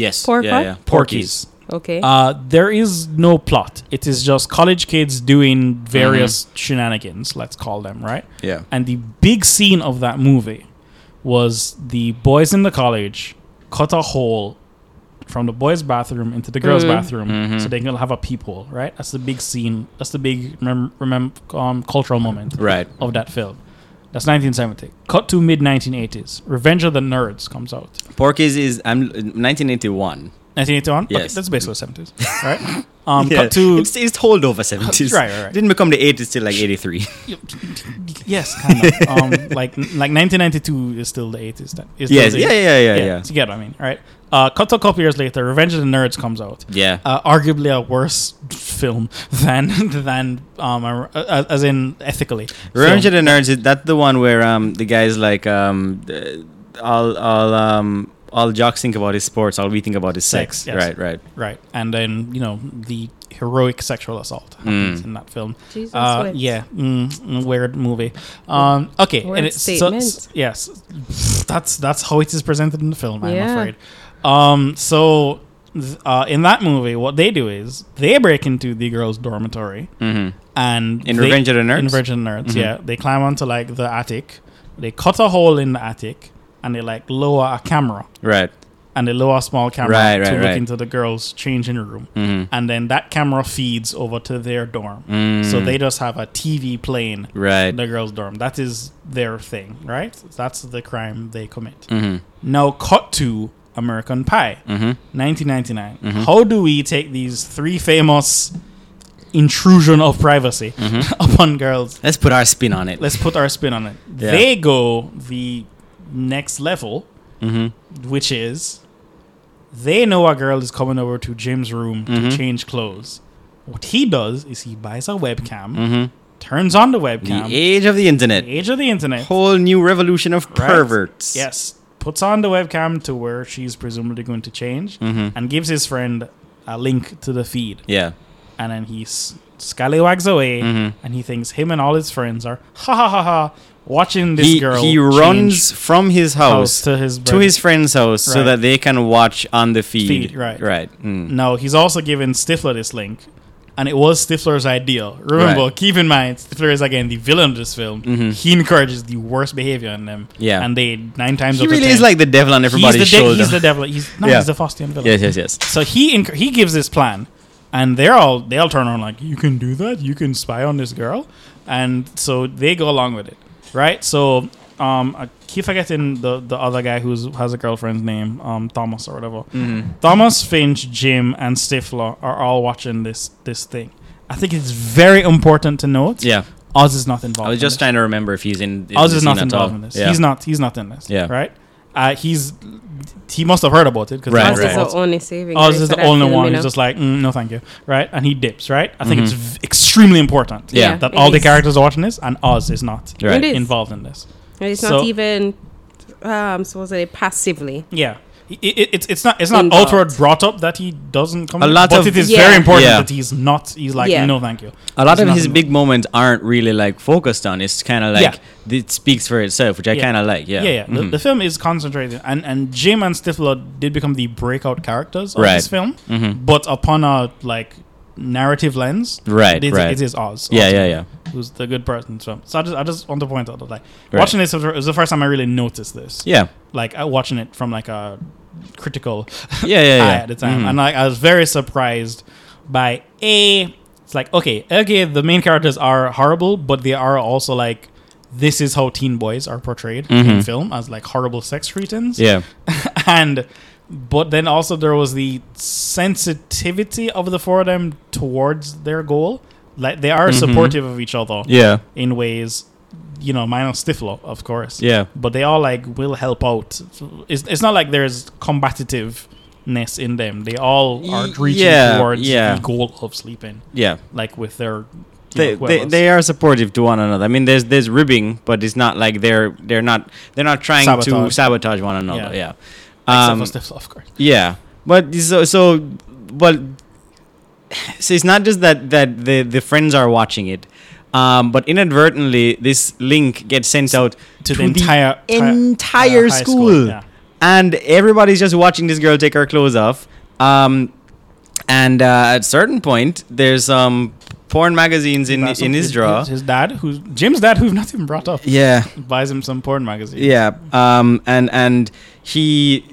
yes, Pork yeah, pie? yeah, Porky's. okay. Uh, there is no plot. It is just college kids doing various shenanigans, let's call them, right? Mm-hmm. yeah, And the big scene of that movie was the boys in the college cut a hole from the boys' bathroom into the girls' Mhm. bathroom Mhm. so they can have a peephole, right? That's the big scene. That's the big remem- remem- um, cultural moment right, of that film. That's 1970. Cut to mid 1980s. Revenge of the Nerds comes out. Porky's is I'm 1981. 1981? Okay, Yes. that's basically 70s, right? Um, yeah. Cut to. it's, it's holdover 70s. Right, right, right. Didn't become the 80s till like 83. Yes, kind of. um, like, like 1992 is still the 80s then. Is still yes, the- yeah, yeah, yeah, yeah, You get what I mean, right? Uh, cut to a couple years later, Revenge of the Nerds comes out. yeah. Uh, arguably a worse film than than um a- a- as in ethically. Revenge So- of the Nerds. Is that the one where um the guys like um uh, all all um all jocks think about is sports, all we think about is sex. Sex, yes. Right, right. right, and then you know the heroic sexual assault happens Mm. in that film. Jesus. Uh, whips. yeah, mm, mm, weird movie. Um, okay, Weird and it's so, statement. s- yes, that's that's how it is presented in the film. I'm Yeah. afraid. Um, so th- uh, in that movie, what they do is they break into the girls' dormitory Mm-hmm. and In they- Revenge of the Nerds. in Virgin Nerds. Mhm. Yeah, they climb onto like the attic. They cut a hole in the attic and they like lower a camera right. and they lower a small camera Right, right, to look right. into the girls' changing room. Mm-hmm. And then that camera feeds over to their dorm. So they just have a TV playing Mm. right. the girls' dorm. That is their thing, right? That's the crime they commit. Mm-hmm. Now cut to American Pie. Mm-hmm. 1999. How do we take these three famous intrusion of privacy Mm-hmm. upon girls? Let's put our spin on it. Let's put our spin on it. Yeah. They go the next level, Mm-hmm. which is they know a girl is coming over to Jim's room to Mhm. change clothes. What he does is he buys a webcam, Mm-hmm. turns on the The webcam, the age of the internet. age of the internet, Whole new revolution of Right. perverts. yes, puts on the webcam to where she's presumably going to change, Mm-hmm. and gives his friend a link to the feed. Yeah. and then he s- scallywags away, Mhm. and he thinks him and all his friends are ha ha ha ha watching this he, girl. he change runs from his house house, to his to his friend's house so Right. that they can watch on the feed. Feed, right. Right. Mm. No, he's also given Stifler this link, and it was Stifler's idea. Remember, Right. keep in mind Stifler is again the villain of this film. Mhm. He encourages the worst behavior in them. Yeah. and they nine times He out of really ten, is like the devil on everybody's he's the de- shoulder. he's the devil. He's no, Yeah. he's the Faustian villain. yes, yes, yes. So he inc- he gives this plan, and they're all they all turn on like you can do that, you can spy on this girl, and so they go along with it, right? So um, I keep forgetting the the other guy who has a girlfriend's name, um, Thomas or whatever. Mm-hmm. Thomas Finch, Jim, and Stifler are all watching this this thing. I think it's very important to note. Yeah, Oz is not involved. I was in just this. trying to remember if he's in. Oz the is not scene at involved all. in this. Yeah. He's not. He's not in this. Yeah. Right. uh, he's he must have heard about it because Right, That's right. the only saving. Oh, grace this is for the that only film, one you who's know? just like, mm, no, thank you, right? And he dips, right? I think it's v- extremely important Mm-hmm. Yeah. that it all the is. characters are watching this and Oz is not Right. It is. involved in this. And It's So- not even um supposedly passively. Yeah, I- i- it's it's not it's not Involved. outward brought up that he doesn't come. A in, lot but of- it is Yeah. very important Yeah. Uh, that he's not. He's like, Yeah. no, thank you. A lot It's of not his in- big moments aren't really like focused on. It's kind of like it speaks for itself, which I Yeah. kind of like. Yeah, yeah, yeah. The, Mhm. the film is concentrated, and and Jim and Stifler did become the breakout characters of Right. this film, Mhm. but upon a like narrative lens, Right, it, right. it is Oz. yeah, yeah, ultimately, yeah. Who's the good person? So, so I just I just want to point out that like Right. watching this was the- was the first time I really noticed this. Yeah, Like I, watching it from like a critical yeah, yeah, yeah. eye at the time, Mhm. and like I was very surprised by a. It's like okay, okay, the main characters are horrible, but they are also like this is how teen boys are portrayed in Mhm. film as like horrible sex cretins, Mm-hmm. yeah, and but then also there was the sensitivity of the four of them towards their goal. Like they are Mhm. supportive of each other yeah, in ways, you know, minus Stifler, of course yeah. but they all like will help out. It's, it's not like there's combativeness in them. They all are Y- reaching yeah, towards yeah. the goal of sleeping, yeah. like with their. you They, know, they, whoever's- they are supportive to one another. I mean, there's there's ribbing, but it's not like they're they're not they're not trying to Sabotage. sabotage one another. Yeah. Yeah, except Um, for Stifler, of course. Yeah, but so so, but so it's not just that that the the friends are watching it, um, but inadvertently this link gets sent out To the entire- entire- entire high school, school, yeah. and everybody's just watching this girl take her clothes off. Um, and uh, at certain point, there's um porn magazines in Buys him- in his drawer. his, his dad, who's Jim's dad, who's not even brought up, Yeah, buys him some porn magazine. yeah. Um, and and he.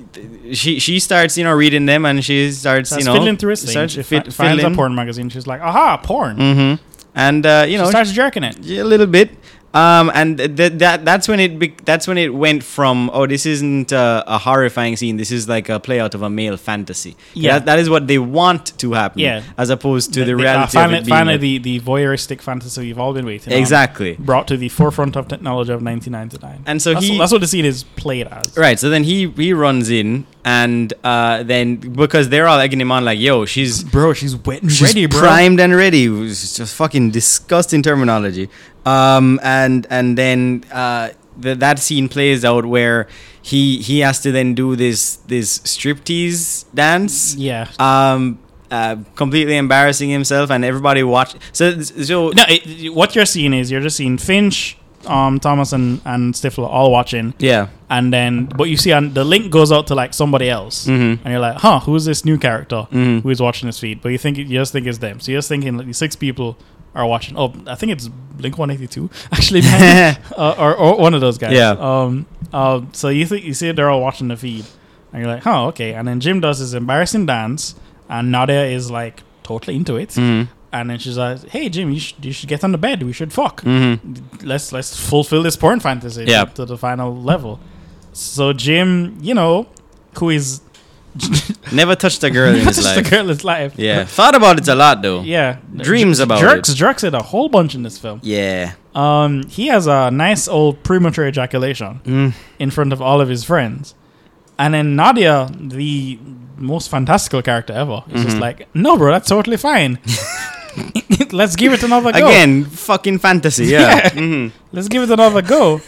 She she starts you know reading them and she starts starts you know fiddling through his thing. starts She fi- fid- finds a fiddling. porn magazine. She's like, "Aha, porn!" Mm-hmm. And uh, you You know, know, she starts jerking it. a little bit. Um, and th- th- that that's when it bec that's when it went from oh this isn't uh, a horrifying scene this is like a play out of a male fantasy Yeah. that, that is what they want to happen Yeah. as opposed to the, They- they- reality finally, of it being finally a- the, the voyeuristic fantasy we've all been waiting on. exactly brought to the forefront of technology of 1999. And so that's, he- that's what the scene is played as. Right. So then he he runs in and uh, then because they're all egging him on like, "Yo, she's Bro, she's wet and she's primed and ready." It's just fucking disgusting terminology. Um, and and then uh, the, that scene plays out where he he has to then do this this striptease dance. Yeah. Um. Uh, completely embarrassing himself, and everybody watch. So, so No, it, it- what you're seeing is you're just seeing Finch, um, Thomas, and, and Stifler all watching. yeah, And then, but you see, and the link goes out to like somebody else, and you're like, "Huh, who's this new character who is watching this feed?" But you think you just think it's them, so you're just thinking like these six people are watching. Oh, I think it's Blink One Eighty Two, actually, uh, or, or one of those guys. Yeah. Um. Uh, so you think you see they're all watching the feed, and you're like, "Huh, okay." And then Jim does his embarrassing dance, and Nadia is like totally into it, Mhm. and then she's like, "Hey, Jim, you should you should get on the bed. We should fuck." Mhm. let's let's fulfill this porn fantasy Yeah. to the final level. So Jim, you know, who is never touched a girl in his just a life. girl is life. Yeah, thought about it a lot though. Yeah. Dreams Jer- about jerks, jerks it a whole bunch in this film. Yeah. Um, he has a nice old premature ejaculation Mm. in front of all of his friends, and then Nadia, the most fantastical character ever, is just Mhm. like, "No, bro, that's totally fine. Let's give it another go. Again, fucking fantasy. Yeah. Yeah. Mhm. Let's give it another go."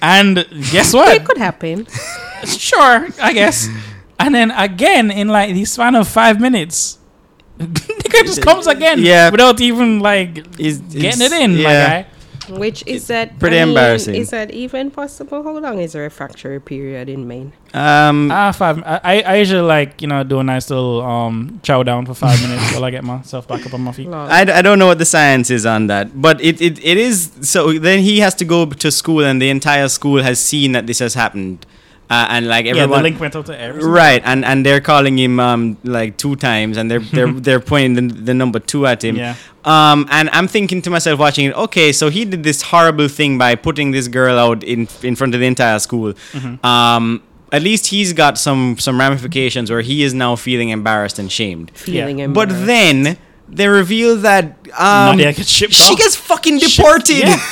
And guess what? It could happen. sure, I guess. And then again, in like the span of five minutes, nigga just comes again. Yeah. Without even like It's- getting it's- it in, yeah. my guy. Which is that pretty I mean, embarrassing. Is that even possible? How long is a refractory period in Maine? Um, Ah, five. I, I- I usually like, you know, do a nice little um chow down for five minutes while I get myself back up on my feet. Lord. I, d- I don't know what the science is on that, but it, it, it is. So then he has to go to school, and the entire school has seen that this has happened. Uh, and like yeah, the everyone. link went out to everyone. Right, and, and they're calling him um like two times, and they're they're they're pointing the, the number two at him. Yeah. Um, and I'm thinking to myself watching it. Okay, so he did this horrible thing by putting this girl out in in front of the entire school. Mm-hmm. Um, at least he's got some some ramifications where he is now feeling embarrassed and shamed. Feeling Yeah. But embarrassed. then they reveal that um, Mm. Nadia gets shipped she off. gets fucking Shipped- deported. yeah.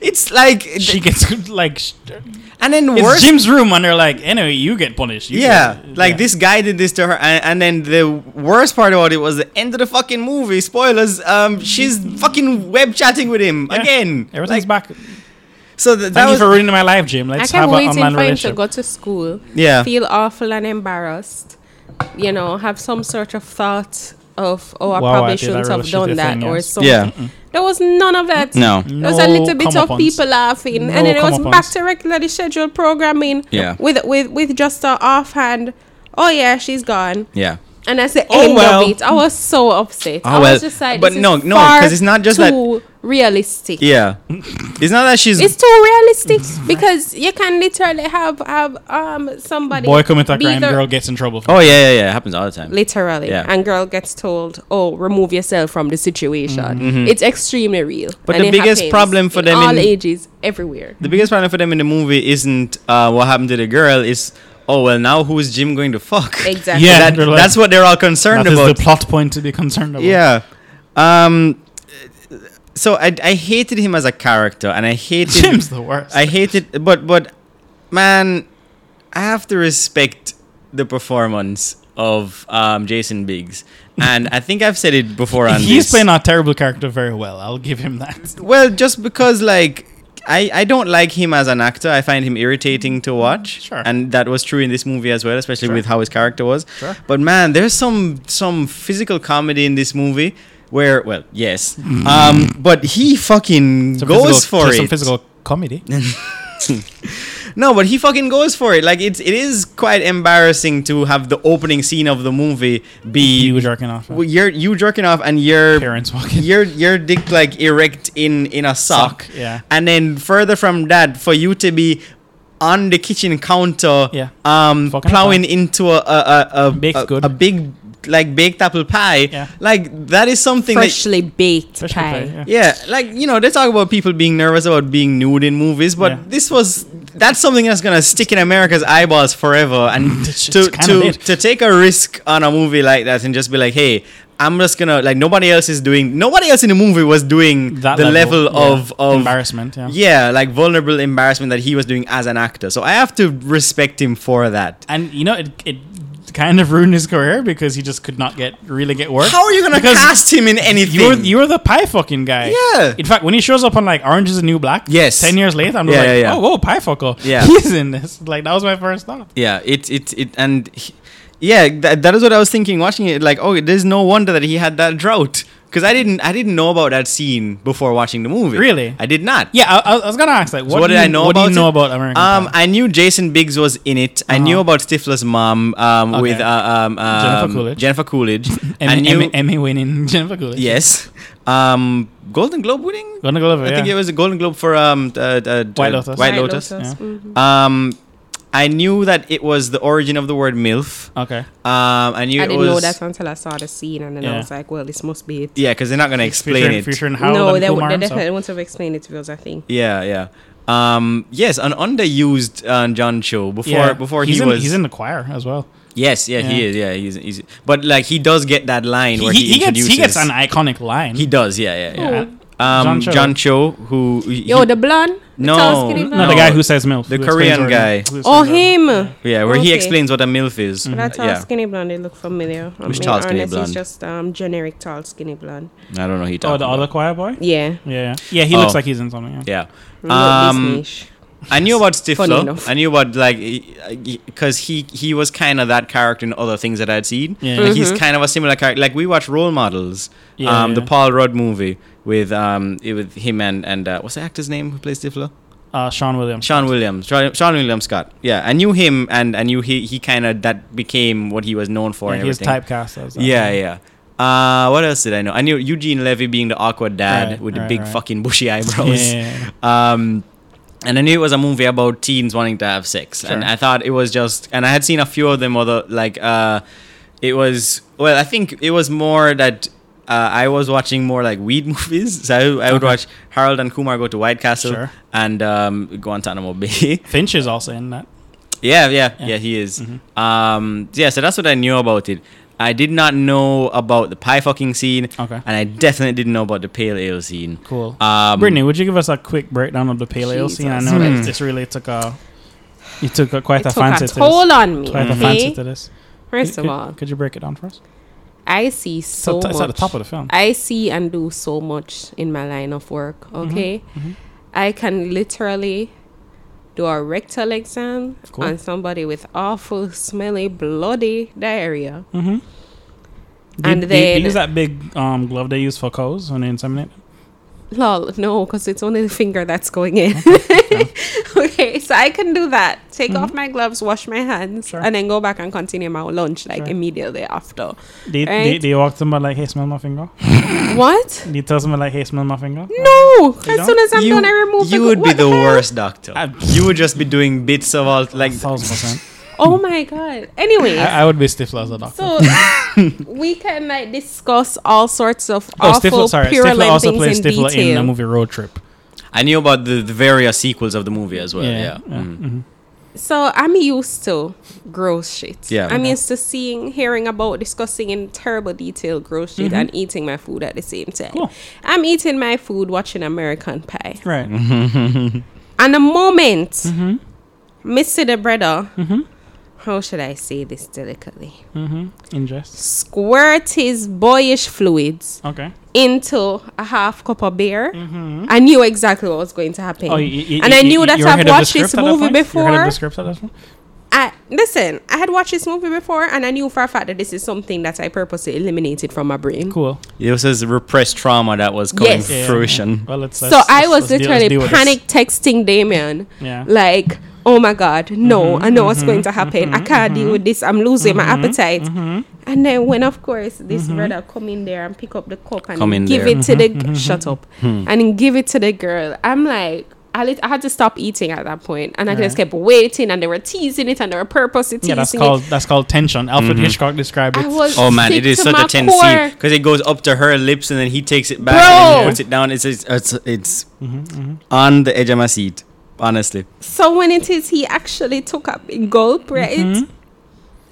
It's like, she gets like sh- and then it's worse, Jim's room, and they're like, anyway, you get punished. You yeah, get- like yeah. this guy did this to her, and, and then the worst part about it was the end of the fucking movie. Spoilers. Um, she's fucking web chatting with him Yeah. again. Everything's Like, back. So th- that Thank you was for ruining my life, Jim. I Let's have kept an waiting online for him to relationship. go to school. yeah. Feel awful and embarrassed. You know, have some sort of thought of, oh, I Wow, I probably did that shouldn't really have done shitty that thing, or yes. something. Yeah. There was none of that. No. There was a little bit of come-up-ons. people laughing, No and then it was back come-up-ons. to regularly scheduled programming. Yeah. With with with just a offhand. Oh yeah, she's gone, Yeah. and that's the Oh, end well. of it. I was so upset. Oh, I well. was just like, But this no, is no, far 'cause it's not just that- too realistic. Yeah. It's not that she's. It's too realistic because you can literally have have um somebody Boy commits a be crime, the- girl gets in trouble. For oh yeah, yeah, yeah. It happens all the time. literally Yeah. and girl gets told oh remove yourself from the situation it's extremely real But and the it biggest happens problem for in them all in- ages everywhere The biggest problem for them in the movie isn't uh, what happened to the girl. It's oh well, now who is Jim going to fuck? exactly Yeah. That- they're like- that's what they're all concerned That is about. the plot point to be concerned about. Yeah. Um. So I I hated him as a character, and I hated Jim's the worst. I hated, but but man, I have to respect the performance of um Jason Biggs, and I think I've said it before on He's this. playing a terrible character very well. I'll give him that. well, just because like. I, I don't like him as an actor. I find him irritating to watch, Sure. and that was true in this movie as well, especially Sure. with how his character was. Sure. But man, there's some some physical comedy in this movie where, well, yes, um, but he fucking Some goes physical- for to it. Some physical comedy. No, but he fucking goes for it. Like it's it is quite embarrassing to have the opening scene of the movie be you jerking off. well, you're you jerking off and your Parents walking. your your dick like erect in in a sock. Sock, yeah. And then further from that, for you to be on the kitchen counter, Yeah. um, Fucking plowing pie. into a a a, a, Baked a, good. a big like baked apple pie. Yeah. Like that is something that freshly baked Fresh pie pie, yeah. yeah, like you know, they talk about people being nervous about being nude in movies, but Yeah. this was that's something that's gonna stick in America's eyeballs forever. And It's to kinda to lit. to take a risk on a movie like that and just be like, hey, I'm just gonna like nobody else is doing. Nobody else in the movie was doing That the level, yeah. of of embarrassment. Yeah. yeah, like vulnerable embarrassment that he was doing as an actor. So I have to respect him for that. And you know, it, it kind of ruined his career because he just could not get really get work. How are you gonna Because cast him in anything? You're you're the pie fucking guy. Yeah. In fact, when he shows up on like Orange is the New Black, Yes. ten years later, I'm just Yeah, like, yeah, yeah. oh, whoa, pie fucker. Yeah. He's in this. Like that was my first thought. Yeah, it it it and he- yeah, that, that is what I was thinking watching it. Like, oh, there's no wonder that he had that drought because I didn't I didn't know about that scene before watching the movie. Really? I did not. Yeah, I, I was gonna ask like, what, So what do did you, I know what about do you know it? about American Um, Pie? I knew Jason Biggs was in it. I knew Uh-huh. about Stifler's mom um, Okay. with uh, um, um, Jennifer Coolidge. Jennifer Coolidge. I Emmy, knew Emmy, Emmy winning Jennifer Coolidge. yes, um, Golden Globe winning. Gonna go over. I think it was a Golden Globe for um, uh, uh, Oh, White uh, Lotus. White White Lotus. Lotus, Yeah. mhm. Um, I knew that it was the origin of the word milf. Okay. Um, I knew i it didn't was know that until i saw the scene and then Yeah. i was like well this must be it Yeah, because they're not gonna explain featuring, it. Featuring Harold no and they, Kumar would, they himself. definitely wouldn't have explained it to us i think Yeah, yeah. Um, yes, an underused uh, John Cho before Yeah. before he's he in, was. he's in the choir as well. yes, yeah, he Yeah. is. Yeah, he's, he's. But like he does get that line He, where he, he, he gets he gets introduces- an iconic line. He does. Yeah, yeah, yeah. Yeah. Um, John Cho. John Cho, who he- Oh. yo the blonde the No, tall, skinny no, no, blonde? the guy who says milf, The who explains Korean where- guy. who explains oh where- him yeah, where he Okay. explains what a milf is. Mm-hmm. that tall Mm, Yeah, skinny blonde they look familiar I Which mean, tall, skinny unless blonde? he's just um generic tall skinny blonde I don't know. who He Oh, talking the about. other choir boy. yeah Yeah, yeah. Yeah, he Oh. looks like he's in something. Yeah. Yeah. Not this Um, niche. I knew about Funny Stifler. enough. I knew about like because he he was kind of that character in other things that I'd seen. Yeah. Like, Mm-hmm. he's kind of a similar character. Like we watched Role Models, Yeah, um, the yeah. Paul Rudd movie with um it- with him and and uh, what's the actor's name who plays Stifler? Uh, Sean Williams. Sean Williams. Sean Sean William Scott. Yeah, I knew him and I knew he he kind of that became what he was known for Yeah, and he was everything. typecast. As that. Yeah, yeah. Uh, what else did I know? I knew Eugene Levy being the awkward dad Right, with the right, big right. fucking bushy Yeah, eyebrows. yeah, yeah. Um, and I knew it was a movie about teens wanting to have sex, and Sure. I thought it was just. And I had seen a few of them, other like uh, it was. Well, I think it was more that. Uh, I was watching more like weed movies, so I, I would Okay. watch Harold and Kumar go to White Castle Sure. and um, Guantanamo Bay. Finch is also in that. yeah, yeah, yeah, Yeah. Mm-hmm. he is. Um, yeah, so that's what I knew about it. I did not know about the pie fucking scene. Okay. And I definitely didn't know about the pale ale scene. Cool. Um, Brittany, would you give us a quick breakdown of the paleo scene? I Jesus. know Hmm. that this really took a you took a, quite It a took fancy a to this. toll on me. Quite a fancy Okay? to this. First Could- of could- all, could you break it down for us? I see It's, so at, it's at the much. top of the film. I see and do so much in my line of work. Okay, mhm. I can literally do a rectal exam Cool. on somebody with awful, smelly, bloody diarrhea. Mm-hmm. And do, you- do then- you use that big um, glove they use for cows when they inseminate. Lol, no, because it's only the finger that's going in. okay, so I can do that. Take off my gloves, wash my hands, Mm-hmm. Sure. and then go back and continue my lunch like Sure. immediately after. They, they, Right. they walk somebody like, hey, smell my finger. what? They tell somebody like, hey, smell my finger. No! don't? As soon as I'm done, I remove you the would be what the hell? worst doctor. I- Uh, you would just be doing bits of all like thousand percent. Oh my god. Anyway. I, I would be stifler as a doctor. So we can like discuss all sorts of oh, awful, Stifler, sorry. purulent Stifler also things plays in Stifler detail. in the movie Road Trip. I knew about the, the various sequels of the movie as well. Yeah. Mm. mhm. So I'm used to gross shit. Yeah. I'm Okay. used to seeing, hearing about, discussing in terrible detail gross shit and eating my food at the same time. Mm-hmm. Cool. I'm eating my food, watching American Pie. Right. And the moment Mm-hmm. Mr. the brother, how should I say this delicately? Mm-hmm. Ingest. Squirt his boyish fluids Okay. into a half cup of beer, I knew exactly what was going to happen. Mm-hmm. Oh, you- you- and I you- knew you- that you were I've ahead of the watched script this at that movie point? You were ahead of before. the script at that point? I, listen, I had watched this movie before, and I knew for a fact that this is something that I purposely eliminated from my brain. Cool. It was his repressed trauma that was coming Yes. to Yeah, yeah, fruition. yeah. Well, let's, So let's- I let's- was let's deal- let's literally deal with this. panic texting Damien, Yeah. Mm-hmm, like, "Oh my God, no! I know what's going to happen. I can't deal with this. I'm losing my appetite." mm-hmm. And then when, of course, this brother come in there and pick up the cup and Come in give there. Hmm. it to the Mm-hmm, g- shut up and then give it to the girl. I'm like. I, lit- I had to stop eating at that point, and I just Right. kept waiting, and they were teasing it, and they were purposely teasing Yeah, that's it. called that's called tension. Alfred Hitchcock described it. I was Oh man, sick it is to such my a tense core. scene because it goes up to her lips and then he takes it back and then he Bro! puts it down. It's it's it's, it's Mm-hmm, on the edge of my seat, honestly. So when it is, he actually took a big gulp, right? Mm-hmm.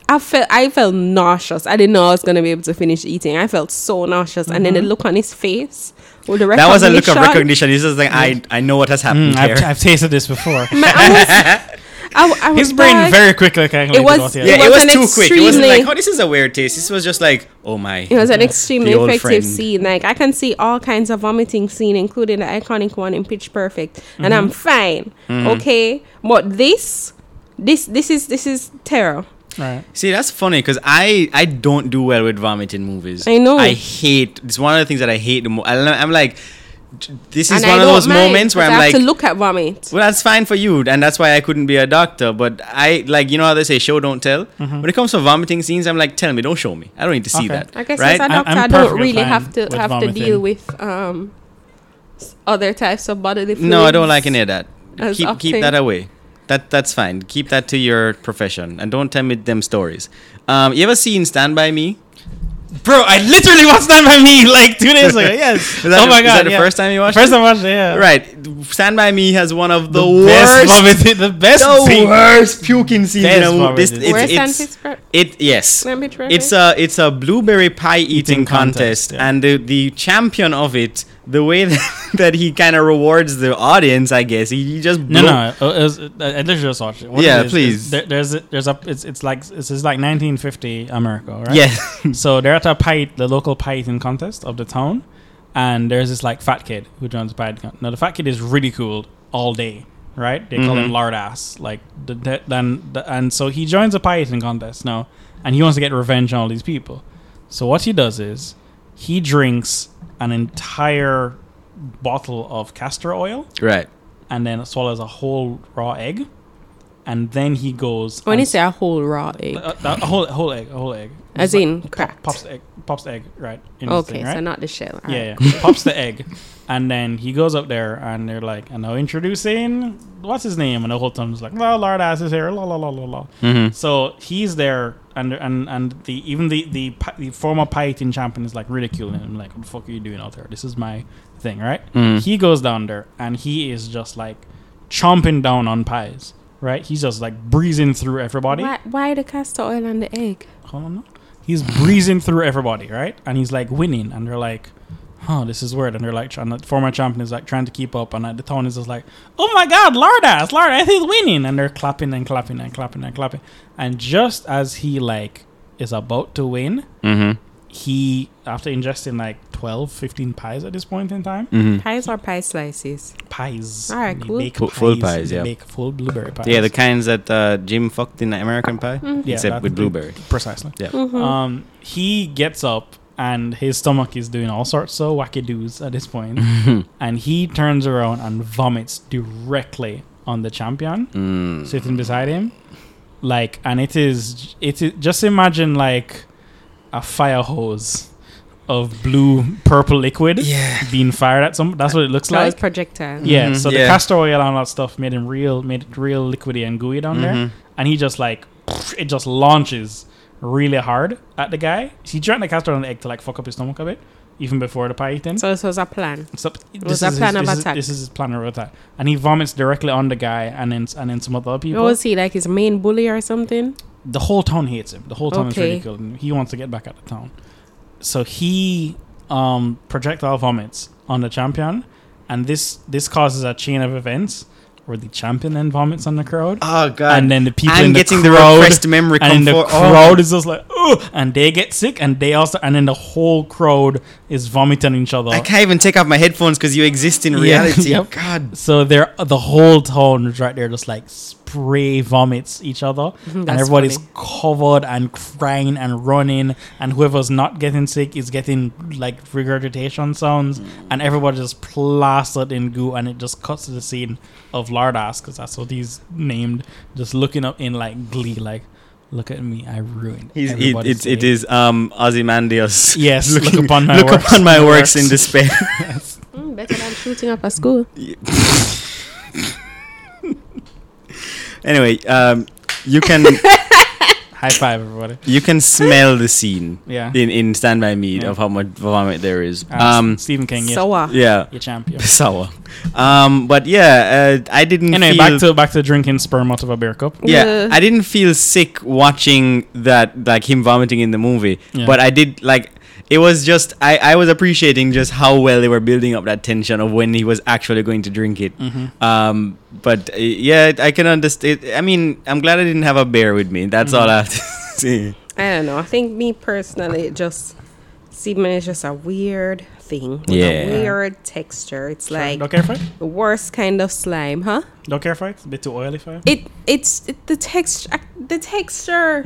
I felt I felt nauseous. I didn't know I was gonna be able to finish eating. I felt so nauseous, and then the look on his face with the Mm-hmm. That recognition. was a look of recognition. He's just like, I I know what has happened Mm, I've, here. I've tasted this before. Man, I was- I- I was His brain back. very quickly calculated was- what he had. yeah, It it was was an too quick. It wasn't like, extremely- oh, this is a weird taste. This was just like, oh my. It was an extremely The old effective friend. scene. Like I can see all kinds of vomiting scene, including the iconic one in Pitch Perfect, and Mm-hmm. I'm fine. Mm. Okay, but this, this, this is this is terror. Right. See, that's funny because I I don't do well with vomiting movies. I know. I hate. It's one of the things that I hate the most. I'm like, this is and one I of don't those mind, moments where 'cause I'm I like, have to look at vomit. Well, that's fine for you, and that's why I couldn't be a doctor. But I like you know how they say show don't tell. When it comes to vomiting scenes, I'm like, tell me, don't show me. I don't need to see Mm-hmm. Okay. that. I guess right? as a I'm- doctor, I'm I'm, I do not perfectly really fine have to with have to vomiting. deal with um s- other types of bodily fluids. no, I don't like any of that. As Keep keep often. that away. That that's fine. Keep that to your profession, and don't tell me them stories. Um, you ever seen Stand by Me? Bro, I literally watched that by me like two days ago. Yes. Is that oh the- my is god. that the yeah. first time you watched First it? time I watched it, yeah. Right, Stand by Me has one of the, Best worst, vomiting, the best the scene. worst puking scenes. in a Best mo- This, vomiting. it's- Worse than it's- Pittsburgh. It yes. Lemon tree? It's a it's a blueberry pie eating, Eating contest, contest, yeah. and the the champion of it, the way that, that he kind of rewards the audience, I guess he, he just No, blow- no, uh, it was, uh, I literally just watched it. What Yeah, it is, is please. there- there's a, there's a it's it's like it's, it's like 1950 America, right? yeah, So they're at a pie, the local pie eating contest of the town, and there's this like fat kid who joins the pie. eating con- Now the fat kid is ridiculed all day, right? They call him lard ass, like the, the, and the, and so he joins a pie eating contest now, and he wants to get revenge on all these people. So what he does is he drinks an entire bottle of castor oil right. and then swallows a whole raw egg, and then he goes. When and you say a whole raw egg, a, a- a whole whole egg, a whole egg. as Just like in cracked. pops the egg, pops the egg, right? In this okay, thing, right? so not the shell. alright. yeah, yeah. pops the egg, and then he goes up there, and they're like, and now introducing what's his name, and the whole time's like, la lard ass is here, la la la la la. So he's there, and and and the even the the, pi- the former pie eating champion is like ridiculing him, like, what the fuck are you doing out there? This is my thing, right? He goes down there, and he is just like chomping down on pies, right? He's just like breezing through everybody. Why, why the castor oil and the egg? Hold on. now. He's breezing through everybody, right? And he's like winning, and they're like, "Oh, this is weird." And they're like, trying to, former champion is like trying to keep up, and uh, the tone is just like, "Oh my God, Lardass, Lardass is winning!" And they're clapping and clapping and clapping and clapping. And just as he like is about to win, Mm-hmm. he after ingesting like 12, 15 pies at this point in time, Mm-hmm. Pies or pie slices? pies. Mm. All right, They cool. make Full- full pies, they yeah. Make full blueberry pies. Yeah, the kinds that uh, Jim fucked in the American Pie, Yeah, except that- with blueberry. Precisely. Yeah. Um, he gets up and his stomach is doing all sorts of wacky doos at this point, and he turns around and vomits directly on the champion Mm. sitting beside him, like, and it is it is just imagine like a fire hose of blue purple liquid Yeah. being fired at some. That's what it looks That was like. projectile. Yeah, Mhm. so the Yeah. castor oil and all that stuff made him real, made it real liquidy and gooey down there. Mhm. And he just like, it just launches really hard at the guy. He trying the castor oil and the egg to like fuck up his stomach a bit, even before the pie eating. So, So this was a plan. this, was a is plan his, of this, is, attack. this is his plan of attack. And he vomits directly on the guy and then, and then some other people. What was he like? His main bully or something? the whole town hates him. The whole town Okay. is ridiculed. And he wants to get back at the town. So he um, projectile vomits on the champion, and this this causes a chain of events where the champion then vomits on the crowd, Oh god. and then the people I'm in the getting the crowd, repressed memory and then come the for crowd is just like, oh, and they get sick, and they also, and then the whole crowd is vomiting on each other. I can't even take off my headphones because you exist in Yeah, reality. yep. God. So they're the whole town is right there, just like spray vomits each other, and that's everybody's covered and crying and running, and whoever's not getting sick is getting like regurgitation sounds, Mm. and everybody's just plastered in goo, and it just cuts to the scene of Lardass because that's what he's named, just looking up in like glee, like, look at me, I ruined. He's, it, everybody's it's it day." is um Ozymandias. Yes, look upon my look works. upon my My works in works. despair. Mm, better than shooting up a school. anyway, um, you can high five, everybody. you can smell the scene Yeah, in in Stand by Me Yeah. of how much vomit there is. um, Um, Stephen King, yeah, So uh, yeah, your champion. sour. Um, but yeah, uh, I didn't Anyway, feel. back to back to drinking sperm out of a beer cup. yeah, Yeah. I didn't feel sick watching that, like him vomiting in the movie. Yeah. But I did like it was just I I was appreciating just how well they were building up that tension of when he was actually going to drink it. Um, but uh, yeah, I can understand. I mean, I'm glad I didn't have a bear with me. That's all I have to say. I don't know. I think me personally, it just semen is just a weird thing. with Yeah. A weird texture. It's like don't care for it. the worst kind of slime, huh? Don't care for it. It's a bit too oily for it. It it's it, the texture, uh, the texture,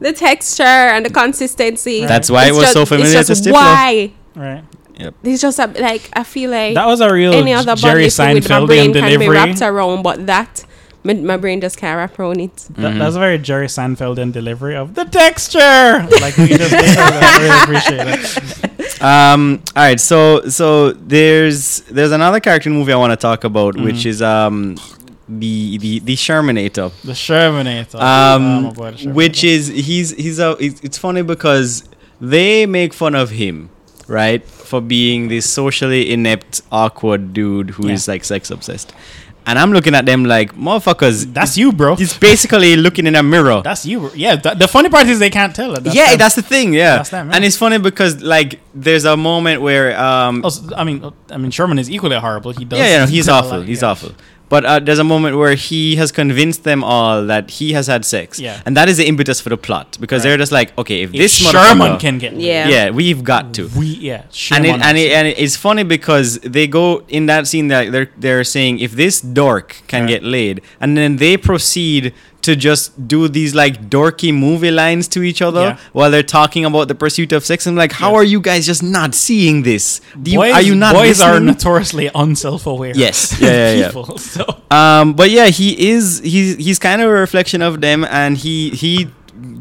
the texture and the consistency. Mm-hmm. Right. That's why it It's was just- so familiar It's to just Stifler. why. Right. It's just a, like I feel like That was a real any other Jerry body food with my Seinfeldian brain can be delivery. wrapped around, but that my, my brain just can't wrap around it. That, Mm-hmm. that's a very Jerry Seinfeldian delivery of the texture. Like we just did. I really appreciate it. Um, all right, so so there's there's another character in the movie I want to talk about, which is um the the the Shermanator. The Shermanator. Oh my um, God, the Shermanator. which is he's he's a it's it's funny because they make fun of him right for being this socially inept awkward dude who is Yeah. like sex obsessed and i'm looking at them like motherfuckers that's you, bro. he's basically looking in a mirror That's you. bro. Yeah. th- the funny part is they can't tell it. yeah them. that's the thing yeah That's them, yeah. and it's funny because like there's a moment where um Also, I mean, uh, I mean, Sherman is equally horrible. He does. yeah, yeah no, he's a lot, awful. He's yeah. awful. But uh, there's a moment where he has convinced them all that he has had sex. Yeah. And that is the impetus for the plot because Right. they're just like, okay, if If this Sherman motherfucker- can get. laid, Yeah. yeah, we've got to. We yeah. And Sherman it, and, has it, to. and it's funny because they go in that scene that they're they're saying if this dork can Right. get laid, and then they proceed to just do these like dorky movie lines to each other Yeah. while they're talking about the pursuit of sex. I'm like, how Yeah. are you guys just not seeing this? Do you, boys, are you not? boys are listening? notoriously unself-aware. Yes. Yeah, yeah, yeah. people. So Um, but yeah, he is he's he's kind of a reflection of them, and he he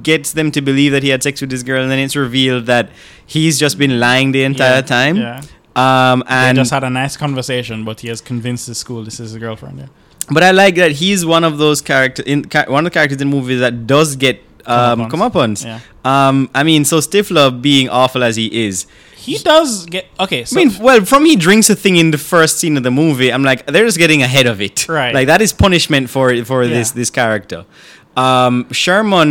gets them to believe that he had sex with this girl, and then it's revealed that he's just been lying the entire Yeah, time. yeah. Um, and and they just had a nice conversation, but he has convinced his school this is his girlfriend. Yeah. but I like that he's one of those character in ca- one of the characters in the movie that does get um Comeuppance. come up Yeah. Um, I mean, so Stifler being awful as he is, He does get okay. So I mean, well, from he drinks a thing in the first scene of the movie, I'm like, they're just getting ahead of it. Right. Like that is punishment for for Yeah. this this character. um, Sherman,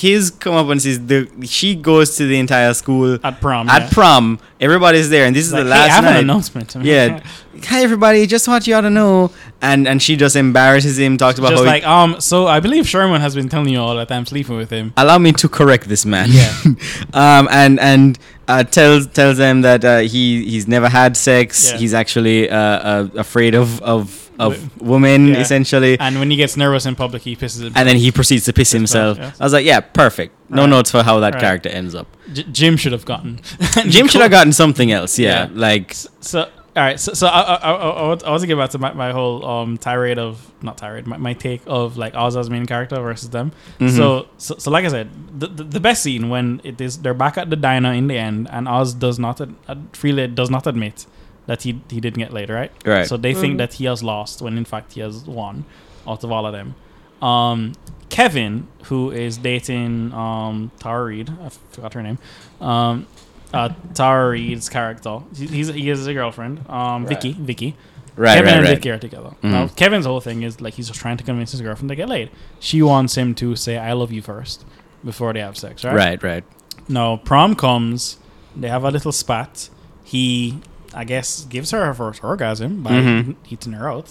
his comeuppance is the she goes to the entire school at prom. at prom. Everybody's there, and this is Like, the hey, last I have night. an announcement. I mean, Yeah, hi everybody. Just what you ought to know, and and she just embarrasses him. Talks about Just how he- like um, so I believe Sherman has been telling you all that I'm sleeping with him. allow me to correct this man. Yeah. um, and and uh, tells tells them that uh, he he's never had sex. Yeah. He's actually uh, uh, afraid of of of Wo- women Yeah. essentially. And when he gets nervous in public, he pisses. Him. And then he proceeds to piss himself. yes. I was like, yeah, perfect. No Right. notes for how that Right. character ends up. J- Jim should have gotten. Jim should have gotten something else. Yeah, Yeah. like So all right, so, so I, I, I, I want- I want to get back to my, my whole um tirade of not tirade, my, my take of like Oz's main character versus them. Mhm. So, so so like I said, the, the the best scene when it is they're back at the diner in the end, and Oz does not ad, ad, freely does not admit that he he didn't get laid, right? Right. So they think Mhm. that he has lost when in fact he has won out of all of them. Um, Kevin, who is dating um Tara Reid, I forgot her name. Um, uh, Tara Reid's character. He- He's he has a girlfriend. Um, Right. Vicky, Vicky. right, Kevin right, and right. Mm-hmm. Vicky are together. Now Kevin's whole thing is like he's just trying to convince his girlfriend to get laid. She wants him to say "I love you" first before they have sex, right? Right, right. Now prom comes. They have a little spat. He, I guess, gives her her first orgasm by Mhm. eating her out.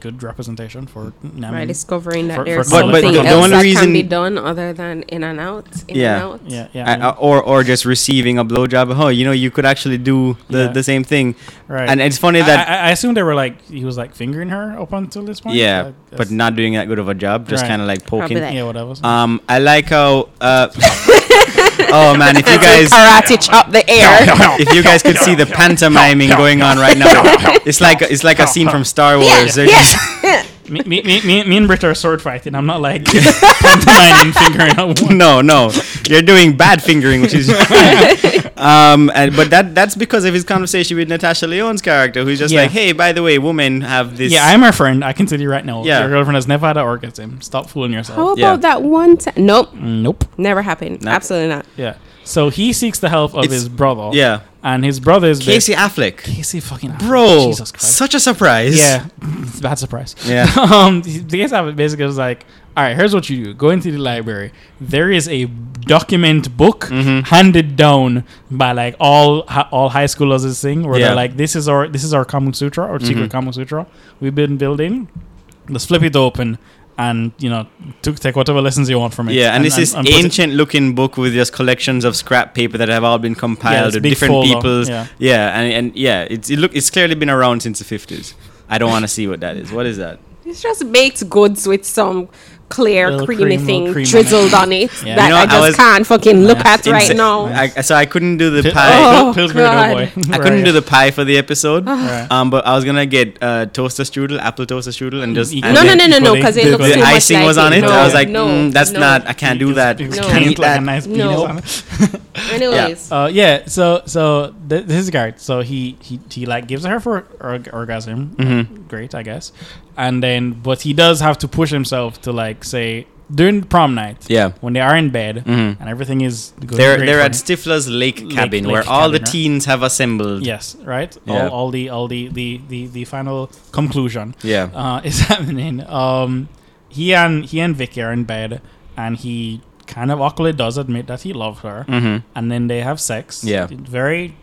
Good representation for Nam. By discovering that For- there's for- But- something but the- the else only that reason- can be done other than in and out. In Yeah. and out. Yeah, yeah, I- I- or or just receiving a blowjob. Oh, you know, you could actually do the, Yeah. the same thing. right. And it's funny I- that I, I assume they were like he was like fingering her up until this point. yeah, Like, but not doing that good of a job. Just Right. kind of like poking. Probably like- yeah, whatever. Um, I like how. Uh, oh man, if you guys. karate chop the air. If you guys could see the pantomiming going on right now, it's like it's like a scene from Star Wars. They're just- me, me, me, me, me and Britt are sword fighting. I'm not like pantomiming fingering out one. no, no, you're doing bad fingering, which is um, and, but that that's because of his conversation with Natasha Leon's character, who's just Yeah. like, hey, by the way, women have this. Yeah, I'm her friend. I can tell you right now. Yeah. Your girlfriend has never had an orgasm. Stop fooling How yourself. about Yeah. that one time? Nope, Nope. never happened. No. Absolutely not. Yeah. So he seeks the help of It's- his brother. yeah, And his brother is Casey Affleck, Casey fucking Affleck. bro, Jesus Christ. such a surprise. yeah. It's a bad surprise. Yeah. um, the Casey Affleck basically was like, all right, here's what you do. Go into the library. There is a document book Mm-hmm. handed down by like all hi- all high schoolers this thing where Yeah. Mm-hmm. they're like, this is our this is our Kama Sutra or secret Kama Sutra we've been building. Let's flip it open and you know to take whatever lessons you want from it. Yeah, and, this is and put it- ancient looking book with just collections of scrap paper that have all been Yeah, compiled this with big different folder, people's. yeah. Yeah, and, and yeah, it's it look it's clearly been around since the fifties. I don't want to see what that is. What is that? It's just baked goods with some clear Little cream, creamy little thing cream on drizzled on it Yeah. that You know, I I just was- can't fucking look at right Inse- now. I, so I couldn't do the Pil- pie. Oh, Pil- Pillsbury God. Doughboy. I Right. couldn't do the pie for the episode. Oh. Right. Um, but I was gonna get uh, toaster strudel, apple toaster strudel, and just You and no, no, the- no, no, no, equally because it the- The, looks the too much icing like was on it. No, I was like, no, mm, that's no. not. I can't do that. It's No. Can't eat like a that. nice penis No. on it. Anyways, Uh, yeah. So so th- this is Garrett. So he he he like gives her for or- orgasm. Mm-hmm. Uh, Great, I guess. And then, but he does have to push himself to like say during prom night. Yeah. When they are in bed Mhm. and everything is going They're great they're for at him. Stifler's Lake Lake- Cabin, Lake where all the Cabin, right? teens have assembled. Yes, right. Yeah. All, all the all the, the, the, the final conclusion Yeah. uh, is happening. Um, he and he and Vicky are in bed, and he kind of awkwardly does admit that he loved her, Mm-hmm. and then they have sex. Yeah. very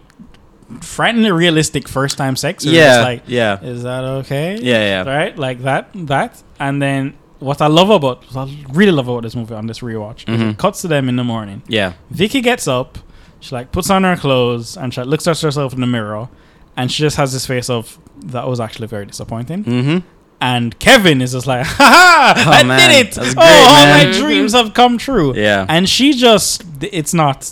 frighteningly realistic first time sex. where Yeah, it's like yeah, is that okay? yeah, yeah. right, like that, that, and then what I love about what I really love about this movie on this rewatch is Mhm. it cuts to them in the morning. Yeah. Vicky gets up, she like puts on her clothes and she like, looks at herself in the mirror, and she just has this face of that was actually very disappointing. Mm-hmm. And Kevin is just like, ha ha, Oh, I man, did it! that was oh, great, all man." my dreams have come true. Yeah. And she just, it's not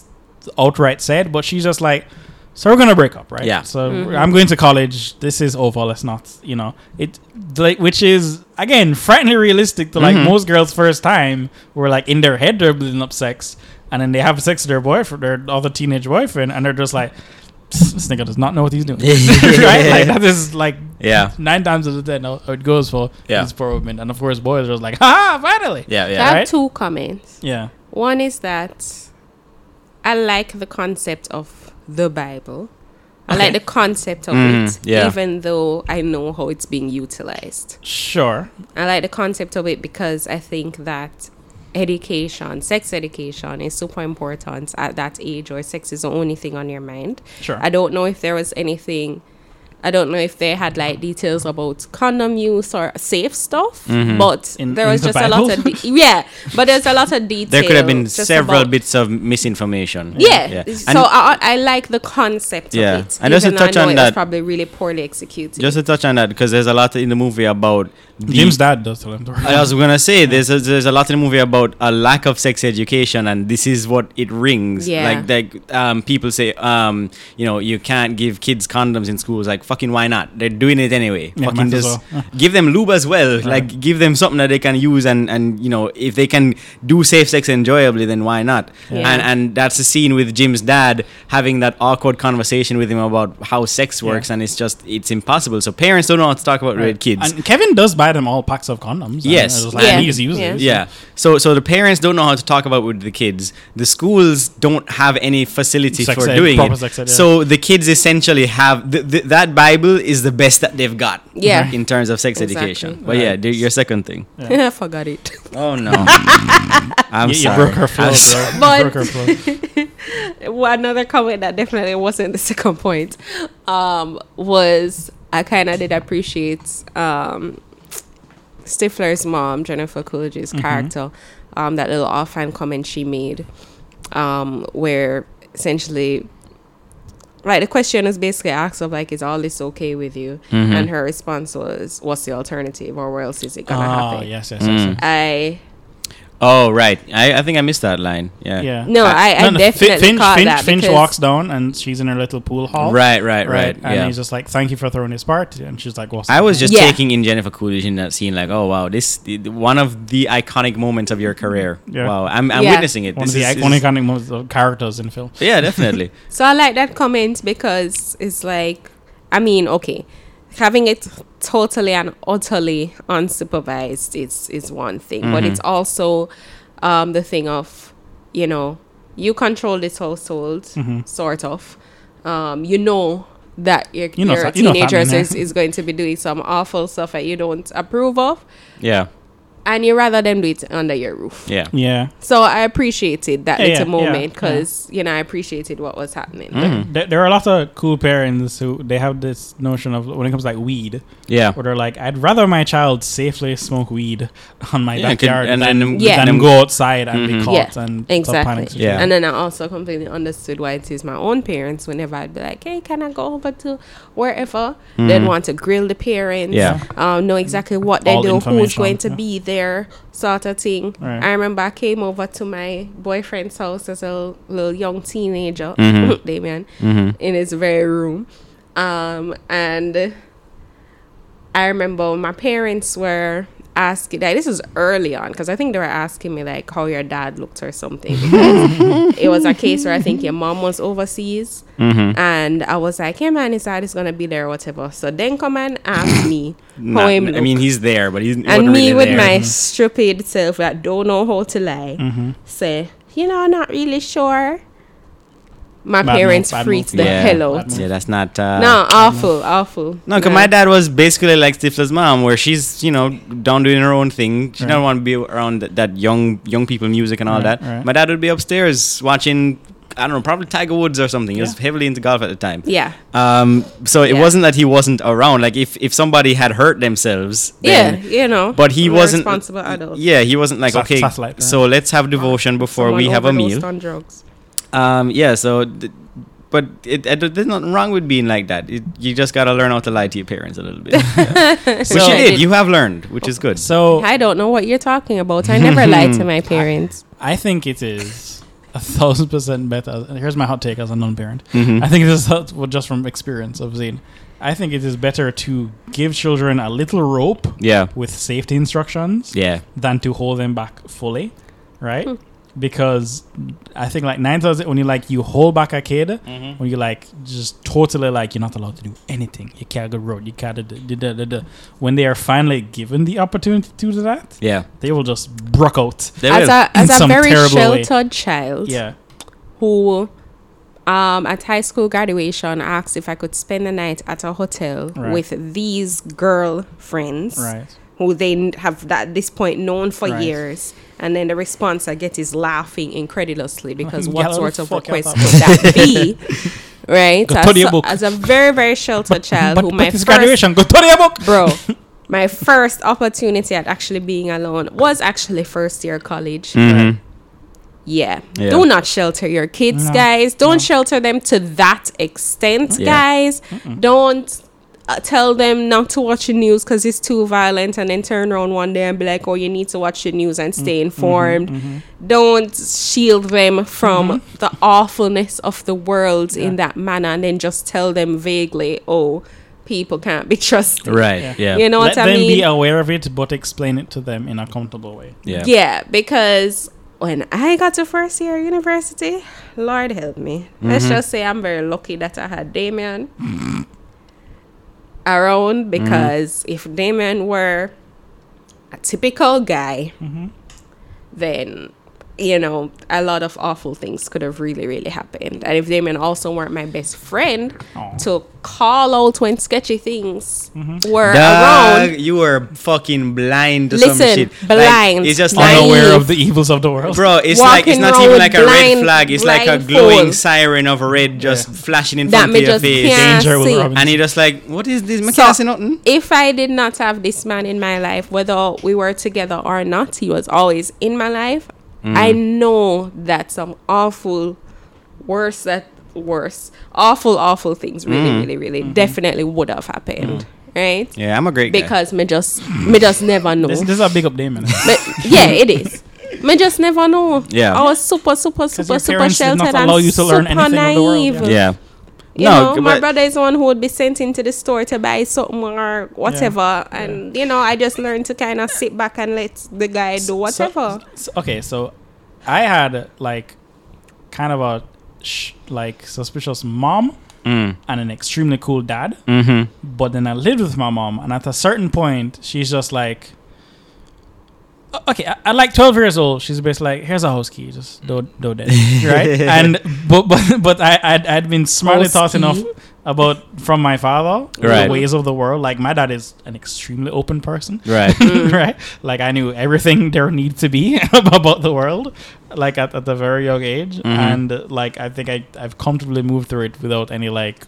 outright said, but she's just like, so we're gonna break up, right? Yeah. So Mhm. I'm going to college. This is over. Let's not, you know, it like which is again frighteningly realistic to like Mhm. most girls' first time, where like in their head they're building up sex, and then they have sex with their boyfriend, their other teenage boyfriend, and they're just like, this nigga does not know what he's doing, right? Like that is like Yeah. nine times out of ten how it goes for Yeah. these poor women, and of course boys are just like, ha ha, finally, Yeah, I yeah. have right? two comments. yeah, One is that I like the concept of the Bible. I like the concept of Mm, it, yeah. even though I know how it's being utilized. sure, I like the concept of it because I think that education, sex education is super important at that age, or sex is the only thing on your mind. Sure. I don't know if there was anything. I don't know if they had like details about condom use or safe stuff, Mm-hmm. but In- there in was the just a lot Bible? of de- yeah. But there's a lot of detail. There could have been just several about- bits of misinformation. Yeah. And So I, I like the concept Yeah. of it. And just to even though I touch know on it was that- probably really poorly executed. just to touch on that, because there's a lot in the movie about the- Jim's dad does tell him. to- I was gonna say there's a, there's a lot in the movie about a lack of sex education, and this is what it rings. Yeah. Like like um, people say, um, you know, you can't give kids condoms in schools. Like fucking why not? They're doing it anyway. Yeah, fucking might as just give them lube as well. Like give them something that they can use, and and you know if they can do safe sex enjoyably, then why not? Yeah. And and that's the scene with Jim's dad having that awkward conversation with him about how sex works, and it's just it's impossible. So parents don't know how to talk about with kids. And Kevin does buy them all packs of condoms. and Yes. it's like, Yeah. He just uses Yeah. it. Yeah. So so the parents don't know how to talk about with the kids. The schools don't have any facility Sex for ed, doing proper it. sex ed, yeah. So the kids essentially have th- th- that Bible is the best that they've got. Yeah. In terms of sex Exactly. education. But yeah, the, your second thing. I forgot it. Oh no. I'm You, you sorry. broke her flow, I'm bro. sorry. You But- broke her flow. well, another comment that definitely wasn't the second point um, was I kind of did appreciate um, Stifler's mom, Jennifer Coolidge's Mm-hmm. character, um, that little offhand comment she made, um, where essentially, like the question is basically asked of like, is all this okay with you? Mm-hmm. And her response was, what's the alternative, or where else is it gonna Ah, happen? yes, yes, yes. Mm. yes. I Oh right. I, I think I missed that line. Yeah. Yeah. No, I- I Fi- definitely Finch, caught Finch, that Finch because- walks down and she's in her little pool hall. Right, right, right. And yeah. he's just like, "Thank you for throwing this part." And she's like, "What's?" I was just Yeah. taking in Jennifer Coolidge in that scene, like, oh wow, this the- the- one of the iconic moments of your career. Yeah. Wow, I'm, I'm Yeah. witnessing it. one This of the is- iconic iconic most of characters in film. Yeah, definitely. So I like that comment because it's like, I mean, okay, having it totally and utterly unsupervised is is one thing, but Mm-hmm. it's also um, the thing of, you know, you control this household, Mm-hmm. sort of. Um, you know that your, You know your fa- you know teenagers family, is, man. is going to be doing some awful stuff that you don't approve of, yeah, and you rather them do it under your roof. yeah. Yeah. So I appreciated that Yeah, little yeah, yeah, moment yeah. Mm-hmm. because you know I appreciated what was happening. Hmm. There, there are a lot of cool parents who they have this notion of when it comes to like weed, Yeah. where they're like, "I'd rather my child safely smoke weed on my Yeah, and can- backyard and than, then- Yeah. than then- go outside and be Yeah, caught and stop panic exactly. situation." Yeah. And then I also completely understood why it is my own parents. Whenever I'd be like, "Hey, can I go over to wherever?" They'd want to grill the parents. Yeah. Um, know exactly what they All do, who's information, going to yeah. be there, sort of thing. Right. I remember I came over to my boyfriend's house as a l- little young teenager, Damien, in his very room, um, and. I remember my parents were asking like this is early on because I think they were asking me like how your dad looked or something. because it was a case where I think your mom was overseas, Mm-hmm. and I was like, "Hey man, his dad is gonna be there, or whatever." So then come and ask me how Not- him. I look. mean, he's there, but he's and me with there. my stupid self that don't know how to lie, Mm-hmm. say, "You know, I'm not really sure." My Bad move, parents bad move. freaked the yeah. hell out. Yeah, that's not. Uh, No, awful, awful. No, because Yeah. my dad was basically like Stifler's mom, where she's you know down doing her own thing. She Right. don't want to be around that, that young young people music and all Right, that. right. My dad would be upstairs watching, I don't know, probably Tiger Woods or something. He was Yeah. heavily into golf at the time. Yeah. Um, so it Yeah. wasn't that he wasn't around. Like if if somebody had hurt themselves, Yeah, then you know. but he we're wasn't responsible adults. Yeah, he wasn't like Sa- okay. satellite, yeah. So let's have devotion before we Someone have a overdosed meal. "Oh, on drugs. Um, yeah. So, th- but it, it, there's nothing wrong with being like that. It, you just gotta learn how to lie to your parents a little bit, Yeah. which So- you did. You have learned, which is good. So I don't know what you're talking about. I never lied to my parents. I think it is a thousand percent better. and Here's my hot take as a non-parent. Hmm. Mm-hmm. I think this is hot- well, just from experience of Zane. I think it is better to give children a little rope Yeah, with safety instructions yeah, than to hold them back fully, right? Hmm. Because I think like nine thousand when you like you hold back a kid when you like just totally like you're not allowed to do anything. You can't go road. You can't. Da, da, da, da. When they are finally given the opportunity to do that, yeah. they will just brook out. They As will. a In as a some very terrible way. sheltered child Yeah. who um at high school graduation asked if I could spend the night at a hotel Right. with these girlfriends Right. who who they n- have that, at this point known for Right. years. And then the response I get is laughing incredulously because Like, what yellow sort the of fuck out request that would that be? Right? Go As, study your so- book. as a very, very sheltered child but, who but my it's first graduation. Go to your book. bro my first opportunity at actually being alone was actually first year college Mhm. yeah. Yeah. do not shelter your kids No, guys don't shelter them to that extent Yeah. guys don't uh, tell them not to watch the news because it's too violent and then turn around one day and be like oh you need to watch the news and stay Mm-hmm. informed don't shield them from Mm-hmm. the awfulness of the world in that manner and then just tell them vaguely oh people can't be trusted Right. Yeah. you know Let what I them mean? be aware of it, but explain it to them in a comfortable way. Yeah. yeah, because when I got to first year university, Lord help me. Let's Mm-hmm. just say I'm very lucky that I had Damien Mm-hmm. around because if Damien were a typical guy, Mm-hmm. then you know a lot of awful things could have really really happened and if damien also weren't my best friend Aw. Mm-hmm. to call out when sketchy things were Dog, around you were fucking blind to some Listen, shit. blind, Like, it's just Naive. like, Unaware of the evils of the world. bro. It's like it's Walking not around even with like a red blind- flag. It's like a blindfold. glowing siren of red just flashing in front that of me your just face. can't Danger will see. rub And you're just like, what is this? So- McCann nothing. if I did not have this man in my life, whether we were together or not, he was always in my life. Mm. I know that some awful, worse that worse, awful, awful things really, really, really Mm-hmm. definitely would have happened, right? Mm. Yeah, I'm a great guy. Because me just me just never know. This, this is a big update, man. Me- yeah, it is. Me just never know. Yeah. I was super, super, super, your super parents did not sheltered and allow you to super learn anything of naive. the world, yeah. yeah. You No, know, my but- brother is the one who would be sent into the store to buy something or whatever. And, you know, I just learned to kind of sit back and let the guy do So- whatever. so- okay, so I had like kind of a sh- like suspicious mom Mm. and an extremely cool dad, Mm-hmm. but then I lived with my mom, and at a certain point, she's just like. "O- Okay, I- at like twelve years old, she's basically like, "Here's a house key, just do do that, right?" And but but but I I'd, I'd been smartly House taught key? enough about from my father Right. the ways of the world. Like my dad is an extremely open person, Right. right? Like I knew everything there needed to be about the world, like at, at a very young age, and uh, like I think I I've comfortably moved through it without any like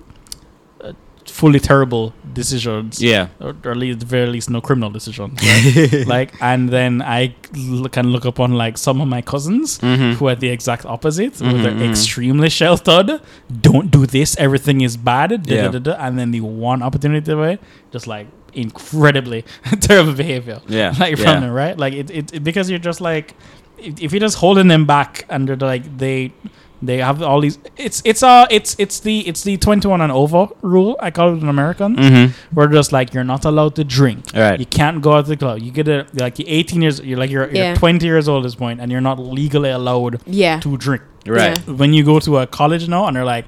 uh, fully terrible decisions. yeah. Or, or at least, very least, no criminal decisions. right? like, and then I l- can look upon like some of my cousins Mhm. who are the exact opposite. where Mhm, they're mhm. extremely sheltered. Don't do this. Everything is bad. da, da, Yeah. da, da, and then the one opportunity away, just like incredibly terrible behavior. Yeah. Like yeah. from them, right? Like it, it, it- because you're just like, if, if you're just holding them back and they're like they, they have all these. It's it's uh it's it's the it's the twenty one and over rule. I call it in American. Mm-hmm. We're just like you're not allowed to drink. All right. You can't go out to the club. You get a like you're 18 years. You're like you're, Yeah. you're 20 years old at this point, and you're not legally allowed Yeah. to drink. Right. When you go to a college now, and they're like,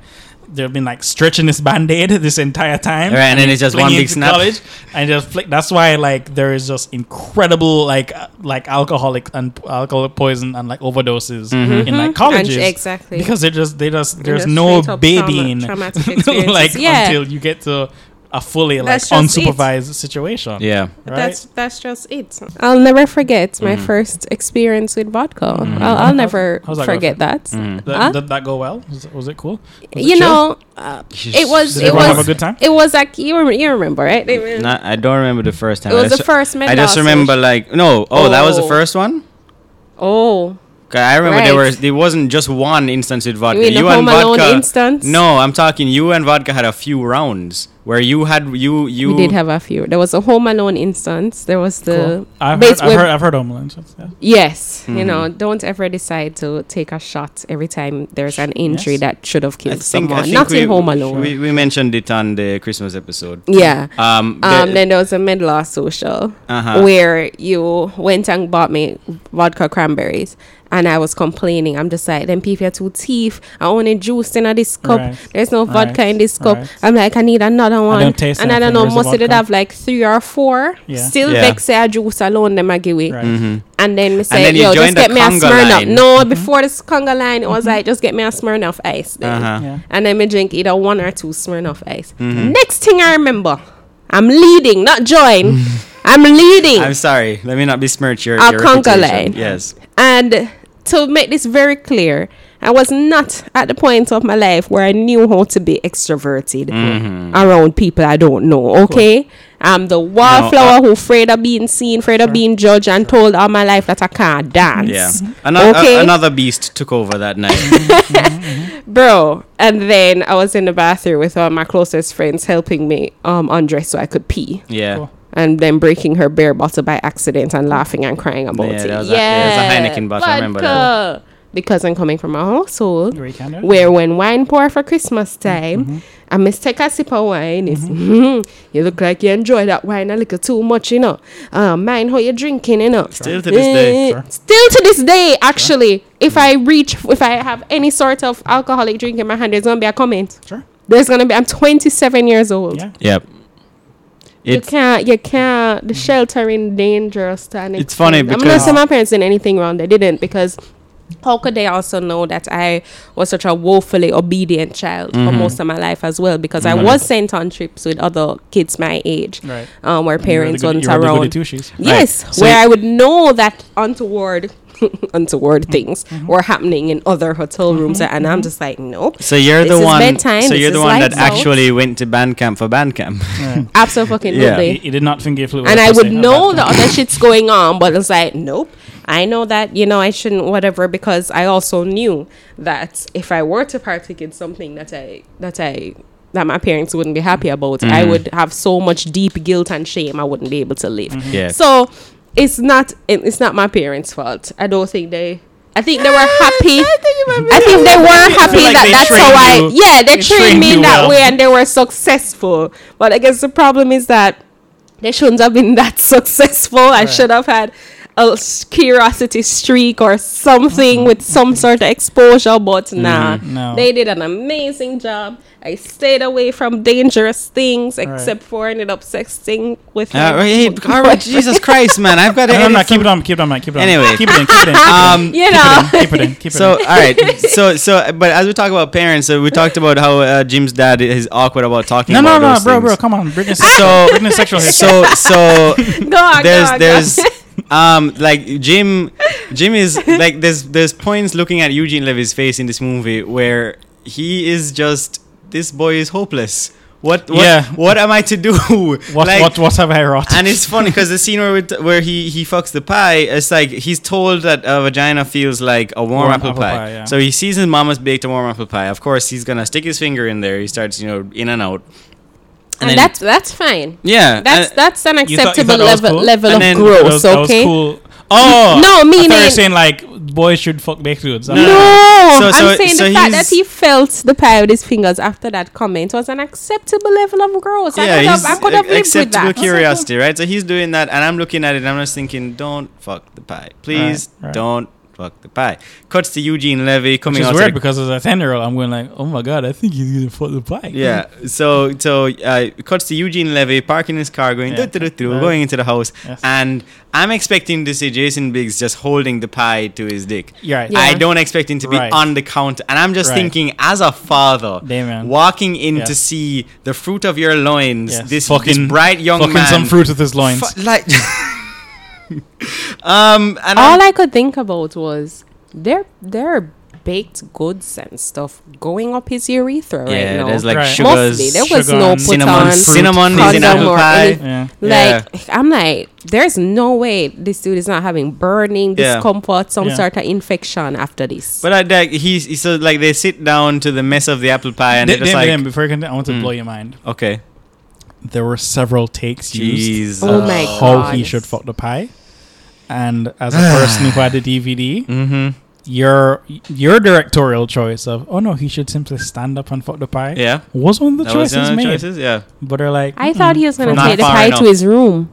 they've been like stretching this band aid this entire time. Right, and then it's just fling one it big to snap. College, and just flick. That's why like there is just incredible like uh, like alcoholic and alcohol poison and like Mm-hmm. overdoses in like colleges. Mm-hmm. And- exactly. Because they just they just there's just no straight up babying trauma- traumatic experiences. like Yeah. until you get to a fully like That's just it. unsupervised situation. Yeah. Right? That's that's just it. I'll never forget my first experience with vodka. I'll, I'll never How's that going forget that. Th- Huh? Did that go well? Was it, was it cool? Was it You chill? know, uh, it was Did it everyone have a was good time? it was like you rem- you remember right? Damien? Not, I don't remember the first time. It was I the just, first I just Mendoza. remember like no. Oh, that was the Oh. first one. Oh, 'Cause I remember there Right. was there wasn't just one instance with vodka. You mean the and Home Alone vodka. instance? No, I'm talking you and vodka had a few rounds where you had you you. we did have a few. There was a Home Alone instance. There was the Cool. I've, heard, base I've where- heard I've heard Homeland. so it's- Yeah. Uh-huh. Yes, you Mm-hmm. know, don't ever decide to take a shot every time there's an injury Yes. that should have I killed think, I someone. think Not we, in Home Alone. We, we mentioned it on the Christmas episode. yeah. Um. the- Um, then there was a midlaw social Uh-huh. where you went and bought me vodka cranberries, and I was complaining. I'm just like, them people are too thief. I only juice in this cup. Right. There's no vodka Right. in this cup. Right. I'm like, I need another one. don't taste and I don't anything. know, Where's the most of it vodka? have like three or four. Yeah. Still, Yeah. Mm-hmm. vex say I juice alone, them I give it. Right. And then me say, then you yo, just joined the get me a conga Smirnoff. line. No, Mm-hmm. before this conga line, it was like, just get me a Smirnoff ice. Then. Uh-huh. Yeah. And then me drink either Mm-hmm. one or two Smirnoff ice. Next thing I remember, I'm leading, not join. I'm leading I'm sorry. Let me not besmirch your, Our your conga reputation. line. Yes. And to make this very clear, I was not at the point of my life where I knew how to be extroverted Mm-hmm. around people I don't know. Okay, I'm the wallflower who afraid of being seen, afraid of being judged, and told all my life that I can't dance. Yeah. Another Okay. another beast took over that night. bro. And then I was in the bathroom with all my closest friends helping me um undress so I could pee. Yeah. Cool. And then breaking her beer bottle by accident and laughing and crying about Yeah, it. that was a- yeah, it was a Heineken bottle, I remember that. vodka. Because I'm coming from a household Great candor. where when wine pour for Christmas Mm-hmm. time, I mistake a sip of wine. It's, "Mhm, you look like you enjoy that wine a little too much, you know. Uh, mind how you're drinking, you know. Still to this day, Eh, sure. Still to this day, actually. If I reach, if I have any sort of alcoholic drink in my hand, there's going to be a comment. Sure. There's going to be, I'm 27 years old. Yeah. Yep. You It's can't, you can't, the sheltering dangerous. To an It's funny extent. I'm not because- saying my parents did anything wrong. They didn't because how could they also know that I was such a woefully obedient child for Mm-hmm. most of my life as well? Because I was sent on trips with other kids my age, Right. um, where parents you're the weren't goody- you're the goody around. two shoes. Yes, So where you- I would know that untoward, untoward things Mm-hmm. were happening in other hotel rooms, and I'm just like, nope, so you're This the is one. bedtime, So this you're the is one that lights out. actually went to band camp for band camp. Right. absolutely. Yeah. He, he did not finger flip. with and a I pussy would at know the that other shit's going on, but it's like, nope. I know that you know I shouldn't whatever because I also knew that if I were to partake in something that I that I that my parents wouldn't be happy about, I Mm-hmm. would have so much deep guilt and shame I wouldn't be able to live. Mm-hmm. Yeah. So it's not it- it's not my parents' fault. I don't think they. I think they were happy. I think they were happy like that they that's trained how I. you- Yeah, they they trained trained me in you that well. way, and they were successful. But I guess the problem is that they shouldn't have been that successful. I should have had a s- curiosity streak or something with some sort of exposure, but nah. Mm-hmm. No. They did an amazing job. I stayed away from dangerous things, except for ended up sexting with. Uh, my hey, boyfriend. all right, Jesus Christ, man! I've got to No, no, edit no, some- keep it on, keep it on, man, keep it on. Anyway. keep it in, keep it in, keep Um, You know. it in, keep it in, keep it so uh, in. all right, so so but as we talk about parents, so we talked about how uh, Jim's dad is awkward about talking. No, no, about no, those bro, things. bro, come on, Britney's So- so Britney's sexual history. Ah! So so Go on, there's go on, there's go on. um like Jim Jim is like there's there's points looking at Eugene Levy's face in this movie where he is just this boy is hopeless. What what, Yeah. what am I to do? What, what, what have I wrought? and it's funny because the scene where we t- where he he fucks the pie, it's like he's told that a vagina feels like a warm, Warm apple, apple pie. pie, yeah. So he sees his mama's baked a warm apple pie. Of course, he's gonna stick his finger in there. He starts, you know, in and out. and, then- that's that's fine. yeah, That's and- that's an Uh, you thought acceptable that was level cool? level And of then That gross. was- that was okay. cool. Oh, no, I thought you meaning- were saying like boys should fuck baked goods. No. No, Uh, So- so- I'm saying so the fact that he's- he felt the pie with his fingers after that comment was an acceptable level of gross. I could have, I he's could have ac- lived with acceptable that. curiosity, right? So he's doing that, and I'm looking at it, and I'm just thinking, don't fuck the pie, please, right. don't fuck the pie. Cuts to Eugene Levy coming Which is out. to weird the- because as a ten year old, I'm going like, oh my god, I think he's gonna fuck the bike. yeah, so so uh, cuts to Eugene Levy parking his car, going Yeah. doo-doo-doo-doo, Right. going into the house, Yes. and I'm expecting to see Jason Biggs just holding the pie to his dick. You're right. Yeah. I don't expect him to be Right. on the counter, and I'm just Right. thinking, as a father, Damn, man. walking in Yeah. to see the fruit of your loins, Yes. this, this bright young fucking man, some fruit with his loins. Fu- like, um, and All I'm- I could think about was there there are baked goods and stuff going up his urethra yeah, right now. there's like Right. sugars, Mostly there was sugar no and put cinnamon, on. cinnamon is in condom apple or pie. anything. yeah. Yeah. Like I'm like, there's no way this dude is not having burning Yeah. discomfort, some Yeah. sort of infection after this. But I, like he, he- so like they sit down to the mess of the apple pie, and Damn, they're just like, hmm. damn, before you continue, I want to blow your mind. okay, There were several takes used Jesus, Oh my of how God. he should fuck the pie. And as a person who had a DVD, mm-hmm. your your directorial choice of oh no, he should simply stand up and fuck the pie. yeah, was one of the that was choices one of the made. choices, yeah. But they're like, hmm, I thought he was gonna Mm. Not take the far pie enough. to his room.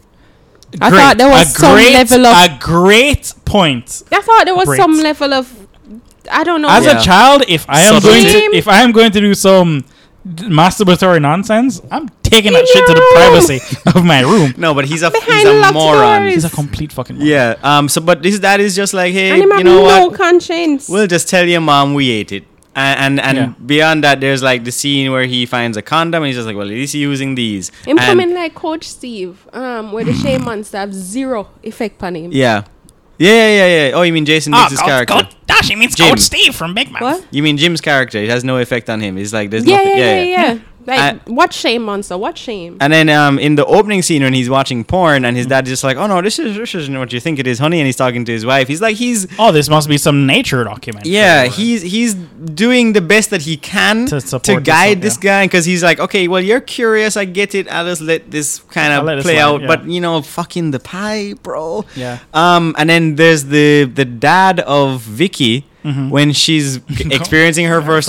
I thought there was a some great, level of- a great point. I thought there was Great. some level of I don't know. As Yeah. a child, if I am going Subtlety. to if I am going to do some d- masturbatory nonsense, I'm taking that In shit to your the privacy of my room. No, but he's a he's Behind a locked moron. doors. He's a complete fucking moron. Yeah. Um. So, but his dad is just like, hey, and him you have know no what? conscience. We'll just tell your mom we ate it. And and, and Yeah. beyond that, there's like the scene where he finds a condom and he's just like, well, at least he's using these. Him And- coming like Coach Steve, um, where the Shea monster have zero effect on him. Yeah. Yeah, yeah, yeah, yeah. Oh, you mean Jason Oh, Biggs' Coach, character? Coach, Dash, he means Jim. Coach Steve from Big Mouth. What? You mean Jim's character? It has no effect on him. It's like there's Yeah, yeah, nothing. yeah, yeah, Like, And- watch Shame Monster, watch Shame. And then um, in the opening scene when he's watching porn and his dad's just like, oh no, this is this isn't what you think it is, honey. And he's talking to his wife. He's like, he's Oh, this must be some nature document. yeah, he's he's doing the best that he can uh, To to, support this guide one, this yeah. guy because he's like, okay, well you're curious, I get it. I'll just let this kind I'll let of it play slide, out, yeah. but you know, fucking the pie, bro. Yeah. Um, and then there's the the dad of Vicky. Mm-hmm. When she's g- experiencing her first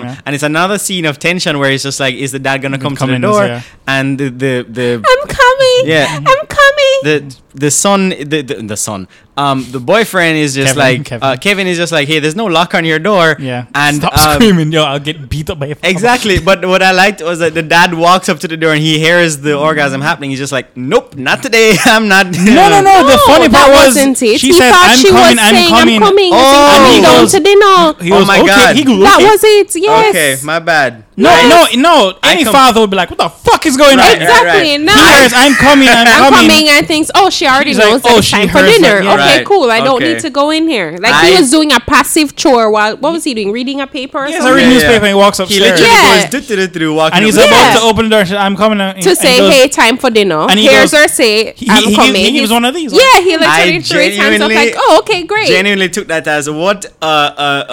orgasm, yeah. and it's another scene of tension where it's just like, "Is the dad gonna come, come to the in and door?" say, yeah. And the the, the I'm coming. Yeah. I'm coming. the the son the, the, the son um the boyfriend is just Kevin, like Kevin. Kevin. Uh, Kevin is just like hey there's no lock on your door Yeah. and Stop um, screaming, yo! I'll get beat up by your father. exactly but what I liked was that the dad walks up to the door and he hears the orgasm happening he's just like nope not today I'm not No, no, no. the No, funny that part was wasn't it. she he said, thought "I'm she coming, was I'm saying, coming." I'm coming. Oh. Oh, He I'm going goes- to dinner. He Oh was, my okay, God. He goes, That okay. was it. Yes. okay my bad No, Yes. no, no. I Any come- father would be like, what the fuck is going on? Right, right, exactly. right. Now He hears, I'm coming, I'm, I'm coming. coming and thinks, oh, she already She's like, knows that oh, it's she time for hears dinner. that, yeah. okay, Right, cool. I don't okay. need to go in here. Like he I- was doing a passive chore while what was he doing? Reading a paper or He has a something? reading newspaper and walks he upstairs. literally Yeah. goes do-do-do-do, walking And he's up- Yeah. about to open the door and says, I'm coming. And, To and say, goes- hey, time for dinner. And he Here's goes- her say, He- I'm he- he coming. gives- he gives He's- one of these, Yeah, he I literally three times. I'm genuinely- like, oh, okay, great. genuinely took that as what a a,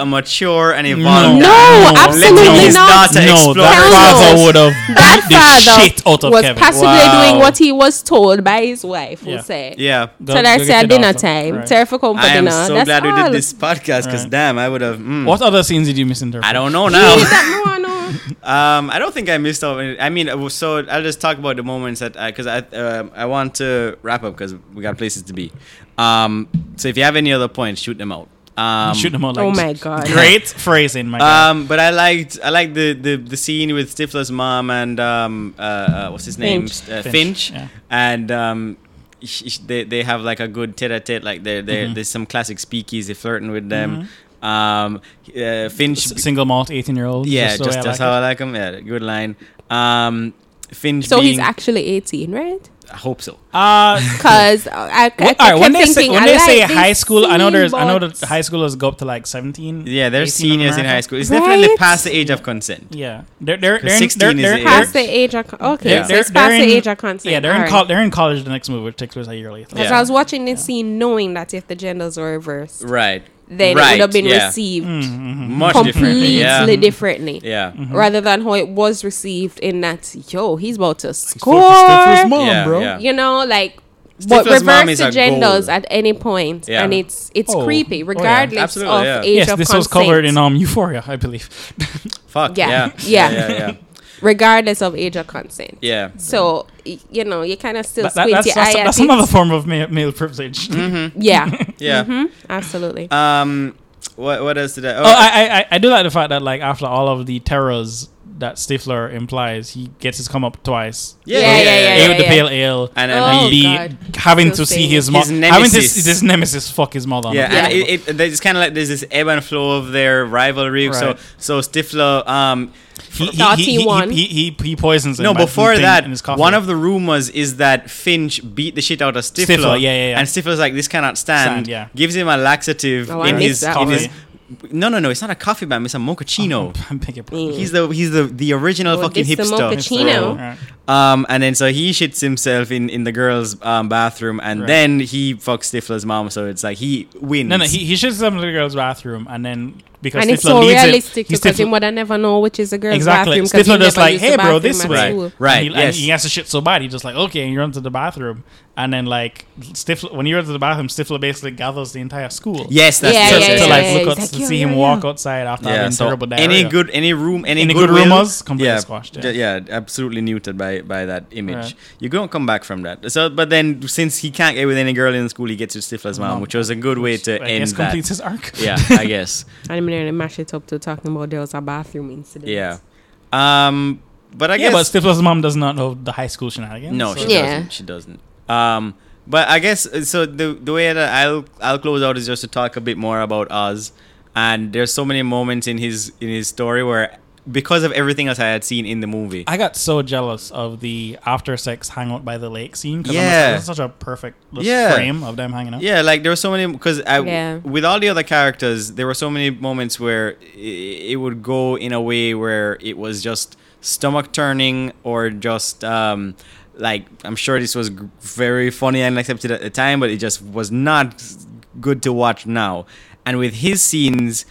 a mature and evolved No, No, letting absolutely his not. daughter No, explore that herself. father Hell no. would have That beat the father shit out of was Kevin. passively Wow. doing what he was told by his wife, Yeah. who said, yeah Go- Tell go her get say your at dinner daughter. time. Right. Tell her for come for I am dinner. so That's glad we all. did this podcast because Right. damn I would have mm, What other scenes did you misinterpret? I don't know You now did that, no, I know. Um, I don't think I missed out. on- I mean, uh, so I'll just talk about the moments that because I um I want to wrap up because we got places to be. Um, so if you have any other points, shoot them out. Um, Shoot them all like Oh my god. Great phrasing, my guy. Um, but I liked I liked the, the, the scene with Stifler's mom and um uh, uh what's his name Finch. Uh, Finch, Finch, yeah. and um sh- sh- they they have like a good tete a tete like they Mm-hmm. they there's some classic speakeasy flirting with them. Um, uh, Finch S- Single malt, 18 year old. yeah, the just, way I that's like how it. I like him. Yeah, good line. Um, Finch. So being, he's actually 18, right? I hope so. Uh, Because I, I, Well, I all right, kept when they say, thinking, when I they like say this high school, I know scene, there's I know but that high schoolers go up to like 17. Yeah, they're 18 seniors in America. high school. It's Right? definitely past the age of consent. Yeah, they're they're 'Cause they're, in- 16 they're, is they're, the they're- past the age of con- okay, Yeah. so it's past the age of consent. Yeah, they're in Alright. col- they're in college the next move, which takes place a year later. Because Yeah. I was watching this scene knowing that if the genders were reversed, Right. then right. it would have been yeah. received Mm, Mm-hmm. much differently. completely Yeah. differently. Yeah. Rather than how it was received in that, yo, he's about to score. Stifler's mom, Yeah, bro. yeah. You know, like, but Stifler's mom reverse is the a genders goal. at any point, Yeah. and it's it's Oh. Oh, creepy, yeah. regardless Absolutely, of yeah. age Yes, of this consent. was covered in um Euphoria, I believe. Fuck. Yeah, Yeah. yeah. Yeah. Yeah. regardless of age of consent. yeah. So y- you know, you kind of still That- that- squint that's your that's, eye that's at another form of male, male privilege. it. Yeah, Mm-hmm. Yeah. Mm-hmm. Uh, absolutely. Um. What What else did I? Oh, Oh, I, I- I I do like the fact that like after all of the terrors that Stifler implies, he gets his come up twice. yeah. Yeah, yeah, yeah, A with the pale ale, And Oh, and the he. God. having So to see sad. his mom, His having to nemesis. see his nemesis fuck his mother. Yeah, and Yeah. it, it, it's kind of like there's this ebb and flow of their rivalry. Right. So, so Stifler, um, he, he, Naughty he, he, one. he, he, he poisons him. No, by before putting that, in his coffee. one of the rumors is that Finch beat the shit out of Stifler. Stifler, yeah, yeah, yeah. And Stifler's like, this cannot stand. Stand, yeah. Gives him a laxative Oh, I in missed his that in one. his. No, no, no. It's not a coffee bomb. It's a mochaccino. I'm picking. He's the he's the the original Oh, fucking this the hipster. mochaccino. Chino. Oh. Um, and then so he shits himself in in the girls' um, bathroom, and Right. then he fucks Stifler's mom. So it's like he wins. No, no, he, he shoots them in the girl's bathroom, and then because and Stifler it's so leaves realistic it, he because Stifler- you would I never know which is a girl's Exactly. bathroom. Stifler just like, "Hey, bro, this way." right, Right. right, and he, and yes. he has to shit so bad, he just like, okay, and you run to the bathroom, and then like Stifler, when you run to the bathroom, Stifler basically gathers the entire school. yes, that's Yeah, to, the- yeah, to, yeah, like yeah, look yeah. out, He's to like, see yo, him yo, walk yo. outside after Yeah, having so terrible diarrhea. any good any room any, Any good goodwill- rumors? Completely yeah, squashed, d- yeah. yeah absolutely neutered by by that image Right. you don't come back from that so but then since he can't get with any girl in the school he gets with Stifler's mom which was a good way to I end guess that completes his arc. yeah I guess I'm gonna mash it up to talking about there was a bathroom incident. yeah um but I yeah, but guess Stifler's mom does not know the high school shenanigans. no so- she Yeah. doesn't she doesn't um but I guess uh, so the the way that I'll I'll close out is just to talk a bit more about Oz and there's so many moments in his in his story where because of everything else I had seen in the movie. I got so jealous of the after sex hangout by the lake scene because Yeah. that's such a perfect little Yeah. frame of them hanging out. yeah, like there were so many because I Yeah. with all the other characters, there were so many moments where i- it, it would go in a way where it was just stomach turning or just um like I'm sure this was g- very funny and accepted at the time, but it just was not s- good to watch now. And with his scenes,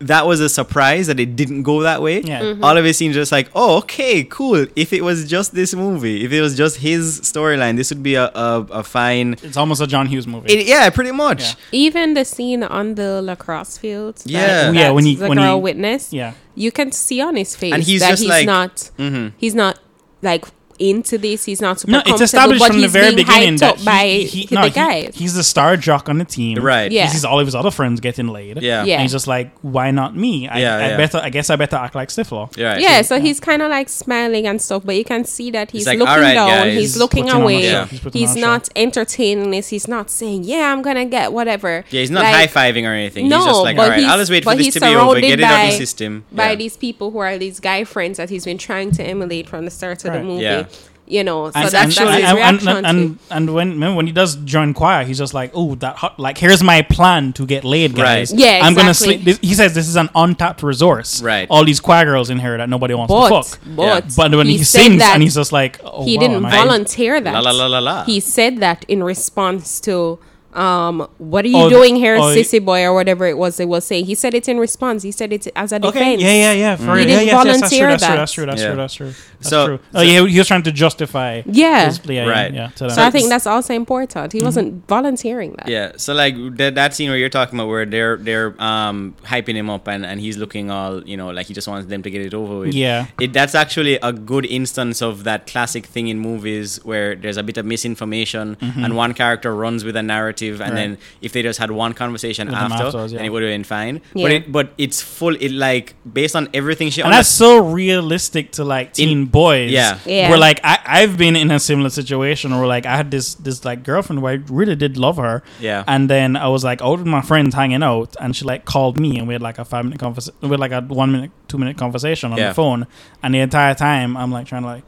that was a surprise that it didn't go that way. Yeah. Mhm. All of his scenes just like, oh, okay, cool. If it was just this movie, if it was just his storyline, this would be a, a, a fine It's almost a John Hughes movie. it, yeah, pretty much. Yeah. Even the scene on the lacrosse field. that- Yeah. Oh, Yeah, when he- the when girl he- witnessed. yeah. you can see on his face And he's that just he's like- mm-hmm. not. He's not like into this. He's not super. No, it's comfortable, established but from the he's very being beginning hyped that up by he, he, the no, he- guys. he's the star jock on the team. Right. Yeah. He sees all of his other friends getting laid. Yeah. Yeah. And he's just like, why not me? I, Yeah, I yeah. better I guess I better act like Stifler. Yeah. yeah, so he's kind of like smiling and stuff, but you can see that he's, like, looking "All right, down, guys." he's looking Putting on a away, show. He's he's, putting on a show. not entertaining this, he's not saying, Yeah, I'm gonna get whatever. Yeah, he's not Like, high fiving or anything. No, he's just like, but all right, I'll he's- just wait for but this he's to be over, surrounded get it out of by- the system. by yeah. these people who are these guy friends that he's been trying to emulate from the start of Right. the movie. Yeah. You know, so And, that's, and, that's and, his and, reaction and, to it. and, and when remember when he does join choir, he's just like, "Oh, that hot! Like, here's my plan to get laid, guys. Right. Yeah, I'm gonna exactly. sleep." This, he says, "This is an untapped resource. Right. All these choir girls in here that nobody wants But, to fuck." but, But when he, said sings that and he's just like, oh, he wow, didn't am I- volunteer that. La la la la la. He said that in response to um what are you Oh, the- doing here oh, sissy boy or whatever it was they was saying he said it in response he said it as a defense Okay. Yeah, yeah, yeah. For, He yeah, didn't yes, yes, that's volunteer true, that's true. that. That's true. That's Yeah. true. That's true. That's So- true. Oh, yeah, he was trying to justify. Yeah. his- yeah, yeah, Right. Yeah, to so them. i think that's also important Mm-hmm. he wasn't volunteering that yeah. So like that, that scene where you're talking about where they're they're um hyping him up and, and he's looking all you know like he just wants them to get it over with. Yeah. It that's actually a good instance of that classic thing in movies where there's a bit of misinformation and one character runs with a narrative and Mm-hmm. then Right. if they just had one conversation With them after, afterwards, then yeah. it would have been fine. Yeah. But it but it's full. It like based on everything she and that's so realistic to like teen boys. Yeah. Yeah. Where like I, I've been in a similar situation where like I had this this like girlfriend where I really did love her. Yeah. And then I was like out with my friends hanging out and she like called me and we had like a five minute conversation we had like a one minute, two minute conversation on Yeah. the phone. And the entire time I'm like trying to like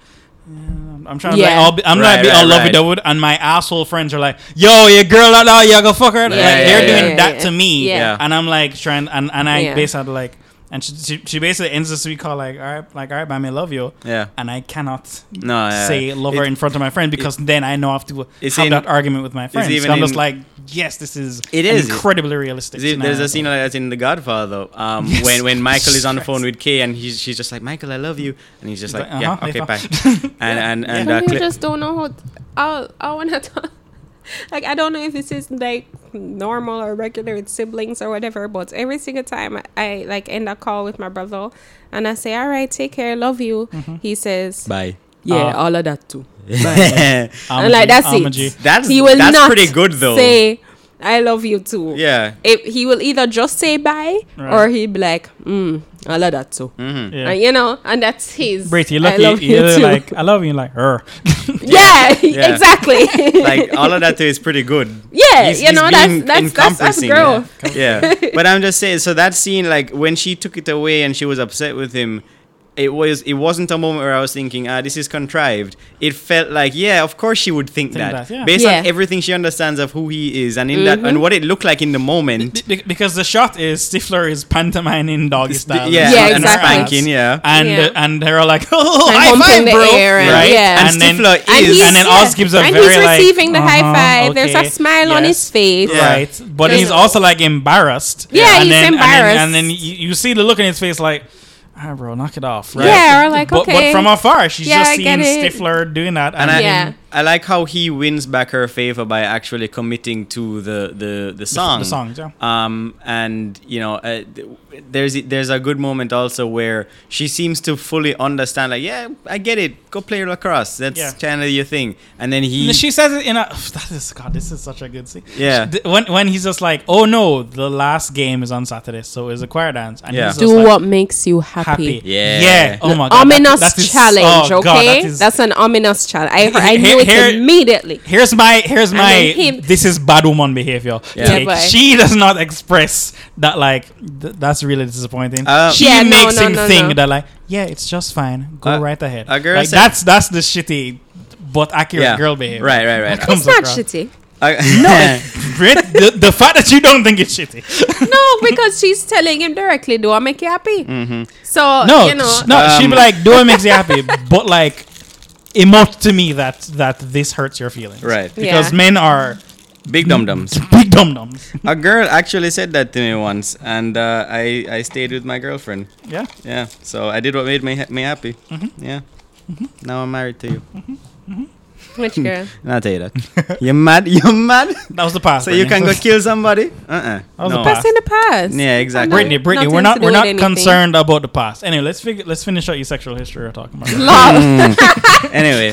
yeah, I'm trying to Yeah. like, all be, I'm Right, not be right, all lovey right. dovey, and my asshole friends are like, "Yo, your girl out there, you go fuck her." like yeah, they're yeah, doing yeah, that yeah. to me, Yeah. Yeah. and I'm like trying, and, and I Yeah. basically like, and she, she, she basically ends the sweet call like, "All right, like all right, mommy, love you," Yeah. and I cannot No, yeah. say love It- her in front of my friend because then I know I have to It's have in- that argument with my friends. even So I'm just in- like, yes, this is It an is. incredibly realistic. See, there's scenario. a scene like that in The Godfather um, Yes. when when Michael is on the Stress. phone with Kay and he's, she's just like Michael, I love you, and he's just He's like, like, yeah, "Uh-huh, okay, later." bye. and and and Some uh, people Cla- just don't know how I want to like I don't know if this is like normal or regular with siblings or whatever, but every single time I, I like end a call with my brother and I say, "All right, take care, love you," he says, bye. Yeah, Mm-hmm. Uh, all of that too." I'm and a like G- that's I'm a it. G. That's- that's pretty good, though. Say, "I love you too." yeah, If he will either just say bye Right. or he'll be like, mm, I love that too. Mm. Hmm. Yeah. And, you know, and that's his. Brit, you Uh, I look, love you, you you, look too. like I love you, like her. yeah, Yeah. exactly. like all of that too is pretty good. Yeah, you know, that's- being that's- that's- that's encompassing. growth. Yeah. Yeah. but I'm just saying. So that scene, like when she took it away and she was upset with him. It was. It wasn't a moment where I was thinking, "Ah, this is contrived." It felt like, yeah, of course she would think, Think that, that, yeah. based on Yeah. Mm-hmm. everything she understands of who he is and in that and what it looked like in the moment. Be- because the shot is Stifler is pantomiming doggy style. yeah, Yeah, and exactly. spanking, yeah. And Yeah. uh, and they're all like, oh, And high pumping five, the bro. air and- right? yeah. And Stifler and, is- and then yeah. Oz gives a and very he's like, receiving the high "Uh-huh, five. There's okay, a smile on yes." his face. Yeah. Right, but There's he's a- also like embarrassed. Yeah, and he's then, and then- embarrassed. And then, you, you see the look in his face, like, ah, bro, knock it off. Right? Yeah, or like, But, but okay. from afar, she's Yeah, just I seeing get it. Stifler doing that, And and, I, Yeah. I like how he wins back her favor by actually committing to the the, the song. the songs, yeah. Um, and you know, uh, th- there's there's a good moment also where she seems to fully understand. Like, yeah, I get it. Go play lacrosse. That's Yeah. kind of your thing. And then he, she says it in a. That is God. This is such a good scene. Yeah. She- when when he's just like, oh no, the last game is on Saturday, so it's a choir dance, and Yeah. he's just Do like, what makes you happy. happy. Yeah. Yeah. Oh my god. that- ominous that is- challenge, oh, God, okay? that is- That's an ominous challenge. I, He- I he- knew do it here- immediately. Here's my here's And my then him- this is bad woman behavior. Yeah. Like, Yeah, boy. she does not express that like th- that's really disappointing. Uh, she Yeah, no, makes no, him no, think no. that like yeah, it's just fine. Go Uh, right ahead. a girl like, said- that's that's the shitty but accurate girl behavior. Right, right, right. Uh, That right. comes It's not across. shitty. no, Right? the, the fact that you don't think it's shitty. No, because she's telling him directly, do I make you happy? Mm-hmm. So, No, you know, sh- no, she'd Um, be like, "Do it makes you happy," but like, emote to me that that this hurts your feelings, Right. Because Yeah. men are big dum dums. big dum dums. A girl actually said that to me once, and uh, I I stayed with my girlfriend. Yeah, Yeah, so I did what made me ha- me happy. Mm-hmm. Yeah. Now I'm married to you. which Hmm. girl? And I'll tell you that. you're mad. You're mad. that was the past. so you Brittany. can go kill somebody? Uh uh was a No. pass. That's in the past. Yeah, exactly. Brittany, Brittany, we're Nothing not to do we're with not anything. concerned about the past. Anyway, let's figure let's finish out your sexual history we're talking about. Love. anyway,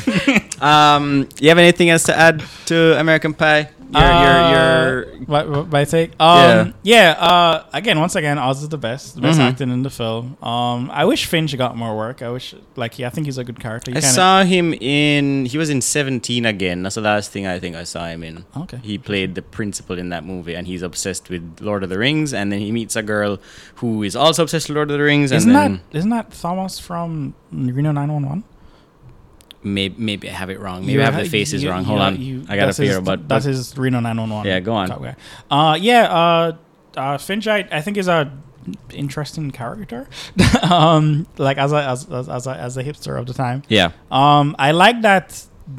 um, you have anything else to add to American Pie? Your Uh, your your. by, by take. Um, yeah. Uh, again, once again, Oz is the best, the best Mhm. acting in the film. Um, I wish Finch got more work. I wish, like, yeah, I think he's a good character. He I kinda- saw him in. He was in Seventeen again. That's the last thing I think I saw him in. Okay. He played the principal in that movie, and he's obsessed with Lord of the Rings. And then he meets a girl who is also obsessed with Lord of the Rings. Isn't and then that isn't that Thomas from Reno 911? maybe maybe I have it wrong. Maybe I You have ha- the faces you- wrong. you- Hold on, you- I gotta that's figure his- out. But, that's but his Reno 911. Yeah, go on. cop guy. Uh, yeah, uh, uh, Finch, I, I think is a interesting character. um, like as a as as as a, as a hipster of the time. yeah, Um, I like that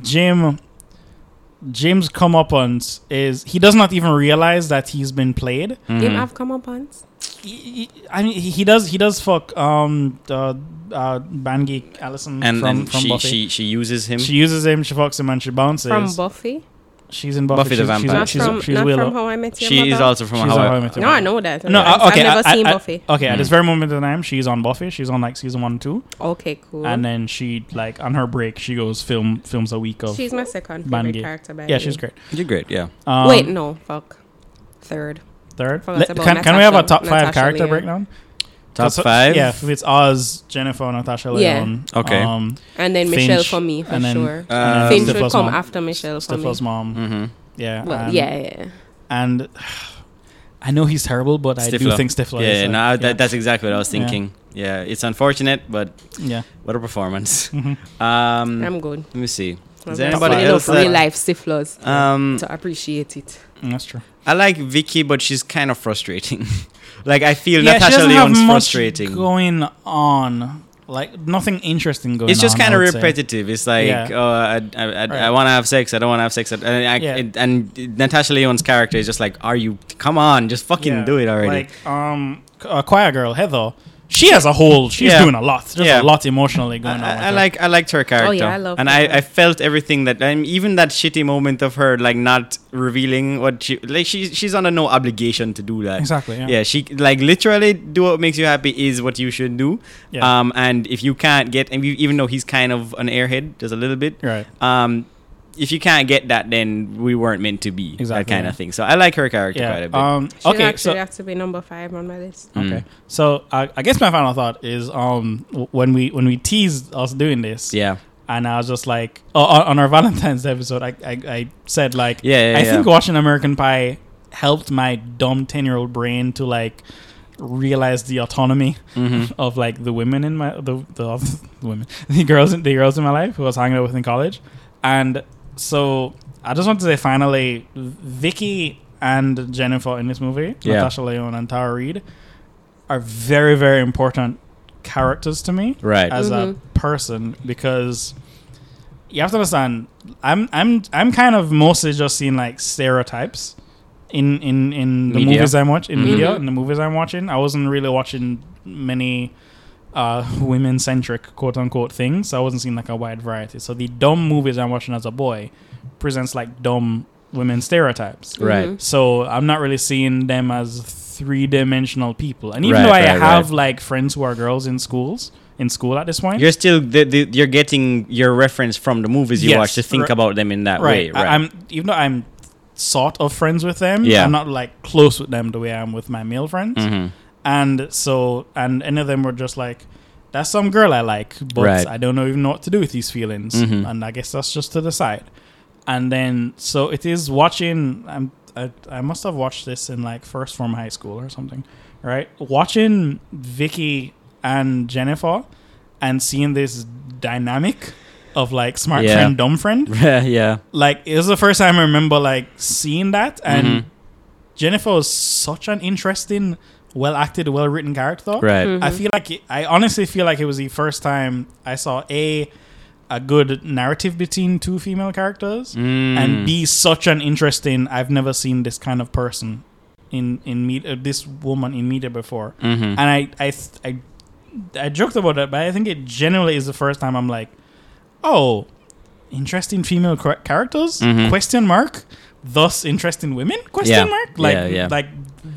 Jim. Jim's comeuppance is he does not even realize that he's been played. Him Mhm. have come up on. He- he- I mean, he he does he does fuck um the uh, band geek Allison and Mm-hmm. from, and from she, Buffy. she she uses him. She uses him, she fucks him, and she bounces. From Buffy? she's in Buffy, Buffy the she's, she's- Vampire. Not She's, from, she's not Willow. from How I Met Your she is Mother? also from She's how, on I- How I Met Your No, I Mother. know that. No, I've uh, okay. never I- seen I- Buffy. Okay, at this Mm. very moment in time, she's on Buffy. She's on like season one, two, Okay, cool. and then she like on her break, she goes film films a week of. she's my second Band favorite Geek. character. By yeah, the she's way. great. You're great. Yeah. Um, Wait, no, fuck. Third. third. forgot Let- about can, can we have a Natasha- top five Natasha character Lyonne. breakdown? Top So- five. Yeah, if it's Oz, Jennifer, Natasha, Yeah. Leon. Okay. Um, And then Finch, Michelle for me, for and then- sure. Uh, Finch Stifler's would come mom. after Michelle for me. Stifler's mom. Mm-hmm. Yeah. Well, and, yeah, yeah. And I know he's terrible, but I do Stifler. think Stifler. Yeah, is, yeah, like, no, yeah. that, that's exactly what I was Yeah. thinking. Yeah, it's unfortunate, but yeah. what a performance. Mhm. Um, I'm good. let me see. Is I've there never anybody seen else? enough real That, life stiflers um, to appreciate it. Mm, That's true. I like Vicky, but she's kind of frustrating. like I feel yeah, she Natasha doesn't have Leon's much frustrating. going on. Like nothing interesting going. it's just on, kind I of would say. repetitive. It's like, Yeah. oh, I, I, I, Right. want to have sex. I don't want to have sex. And, I, Yeah. and, and Natasha Leon's character is just like, are you? Come on, just fucking Yeah. do it already. Like um, a choir girl Heather. She has a whole. She's Yeah. doing a lot. There's Yeah. a lot emotionally going on. I- with I, I her. like I liked her character. Oh, I love and her. I, I felt everything that and even that shitty moment of her like not revealing what she like she she's under no obligation to do that. exactly. Yeah, she like literally do what makes you happy is what you should do. Yeah. Um, and if you can't get, and you, even though he's kind of an airhead, just a little bit. Right. Um, if you can't get that, then we weren't meant to be. That Exactly, kind yeah. of thing. So I like her character Yeah. quite a bit. Um, She'll okay. actually So have to be number five on my list. Mm. okay. So uh, I, I guess my final thought is um w- when we when we teased us doing this Yeah. and I was just like oh, on, on our Valentine's episode I, I I said like Yeah. yeah, I yeah. think watching American Pie helped my dumb ten year old brain to like realize the autonomy Mhm. of like the women in my the the, the women the girls in the girls in my life who I was hanging out with in college, and so I just want to say finally, Vicky and Jennifer in this movie, Yeah. Natasha Leon and Tara Reid, are very very important characters to me Right. as Mhm. a person because you have to understand I'm I'm I'm kind of mostly just seeing like stereotypes in in in the Media. movies I'm watching in Mhm. media in the movies I'm watching. I wasn't really watching many uh, women centric quote unquote things. So I wasn't seeing like a wide variety. So the dumb movies I'm watching as a boy presents like dumb women stereotypes. Right. Mhm. So I'm not really seeing them as three dimensional people. And even Right, though I right, have like friends who are girls in schools in school at this point. You're still the, the, you're getting your reference from the movies you Yes, watch to think right. about them in that way. I- Right. I'm even though I'm sort of friends with them, Yeah. Mm-hmm. I'm not like close with them the way I am with my male friends. Mhm. And so and any of them were just like that's some girl I like, but Right. I don't know even know what to do with these feelings. Mhm. And I guess that's just to the side. And then, so it is watching. I'm, I, I must have watched this in like first form high school or something, right? Watching Vicky and Jennifer and seeing this dynamic of like smart Yeah. friend, dumb friend yeah. like it was the first time I remember like seeing that, and Jennifer was such an interesting, well acted, well written character. Right. I feel like it, I honestly feel like it was the first time I saw a a good narrative between two female characters, Mm. and b such an interesting. I've never seen this kind of person in in media, this woman in media before, and I Mm-hmm. I th- I I joked about that, but I think it generally is the first time I'm like, oh, interesting female char- characters? Mhm. Question mark. Thus, interesting women? Question Yeah. mark. Like, Yeah, yeah. like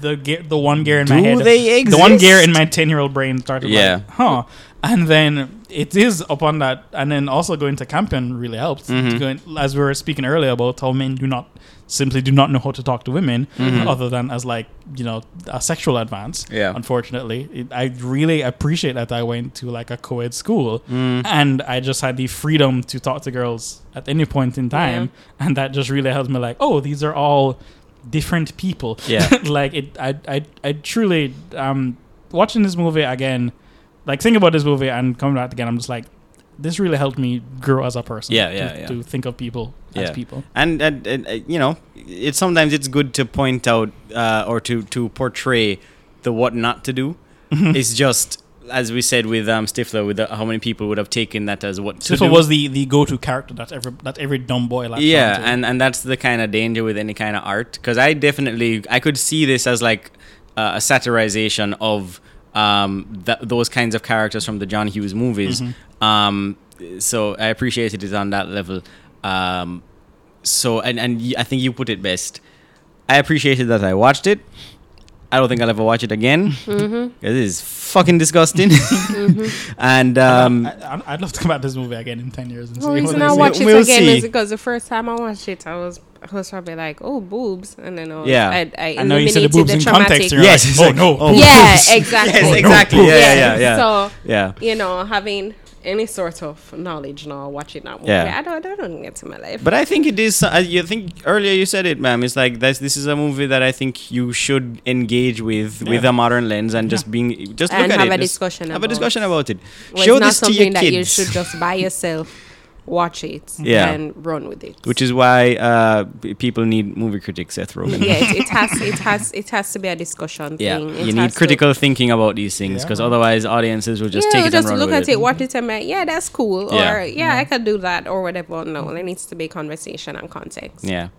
the ge- the one gear in Do my head. they The one gear in exist? my ten year old brain started. Yeah. Like, huh. And then it is upon that, and then also going to Campion really helped. Mhm. Going, as we were speaking earlier about how men do not simply do not know how to talk to women, other than as like you know a sexual advance Mm-hmm. Yeah. unfortunately. It, I really appreciate that I went to like a co ed school Mm. and I just had the freedom to talk to girls at any point in time. And that just really helped me, like, oh, these are all different people. Yeah. like, it, I, I, I truly, um, watching this movie again, like, think about this movie and coming back again, I'm just like, this really helped me grow as a person. Yeah, to, yeah, yeah. to think of people as Yeah. people. and, and, and uh, you know it's sometimes it's good to point out uh, or to to portray the what not to do Mm-hmm. it's just as we said with um, Stifler with the, how many people would have taken that as what to So do. was the, the go to character that every that every dumb boy latched yeah onto. and and that's the kind of danger with any kind of art because i definitely i could see this as like uh, a satirization of um th- those kinds of characters from the john hughes movies um so i appreciated it on that level um so and and y- i think you put it best i appreciated that i watched it I don't think I'll ever watch it again. It is fucking disgusting. And um, I, I, I'd love to come back to this movie again in 10 years and The see only what reason they I say. watch it We'll again see. is because the first time I watched it, I was I was probably like, "Oh, boobs," and then I was, Yeah. I, I, I know you said the eliminated boobs in traumatic. context. and Yeah. You're Yes, like, exactly. oh no. Oh, boobs." Yeah, exactly. yes, exactly. Yeah, yeah, yeah, yeah. So yeah. you know, having any sort of knowledge now, watching that movie, Yeah. I don't, I don't get to my life. But I think it is. uh, You think earlier you said it, ma'am. It's like this. This is a movie that I think you should engage with with Yeah. a modern lens and just being just And look at have it. a just discussion Have a about- discussion about it. Well, Show it's not this to your something that kids. you should just buy yourself, watch it, Yeah. and run with it. which is why uh, p- people need movie critics, Seth Rogen. yeah, it, it has it has it has to be a discussion Yeah, thing. It you has need to- critical thinking about these things because Yeah. otherwise audiences will just yeah, take it just and run look with at it, watch it, and be like, yeah, that's cool, Yeah. or yeah, I can do that, or whatever. No, there needs to be conversation and context. Yeah.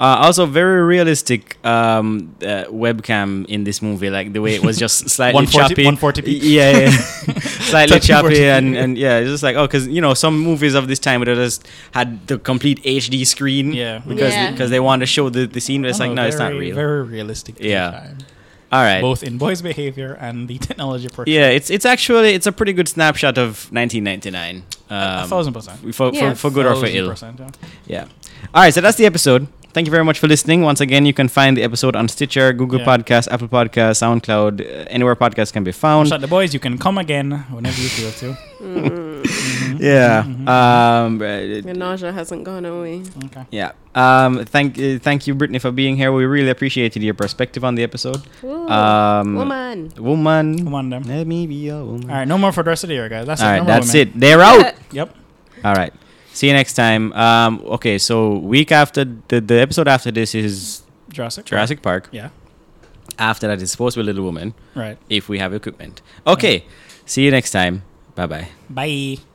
Uh, also, very realistic um, uh, webcam in this movie, like the way it was just slightly 140 choppy. 140p. Yeah, yeah. slightly 13, 14, choppy, and, yeah. and yeah, it's just like, oh, because, you know, some movies of this time would have just had the complete HD screen. Yeah. Because Yeah. because they want to show the, the scene, but it's I like, don't no, know, it's not very- real. Very realistic. to the Yeah. time, All right. Both in boys' behavior and the technology portrayal. Yeah, it's it's actually it's a pretty good snapshot of 1999. a um, thousand percent. for, Yeah. for, for good or for Thousand ill. percent, yeah. Yeah. All right, so that's the episode. Thank you very much for listening. Once again, you can find the episode on Stitcher, Google Yeah. Podcasts, Apple Podcasts, SoundCloud, uh, anywhere podcasts can be found. Shout out the boys, you can come again whenever you feel to. Mm. Yeah. Mm-hmm. Um, uh, The nausea hasn't gone away. Okay. yeah. Um, thank uh, thank you, Brittany, for being here. We really appreciated your perspective on the episode. Ooh, Um, woman. Woman. Come on, them. Let me be a woman. All right, no more for the rest of the year, guys. That's All it. right, no more that's women. it. They're Uh, out. Yep. All right. See you next time. Um, okay, so week after the, the episode after this is Jurassic. Jurassic Park. Yeah. After that is supposed to be Little Woman. Right. if we have equipment. Okay. See you next time. Bye bye. Bye.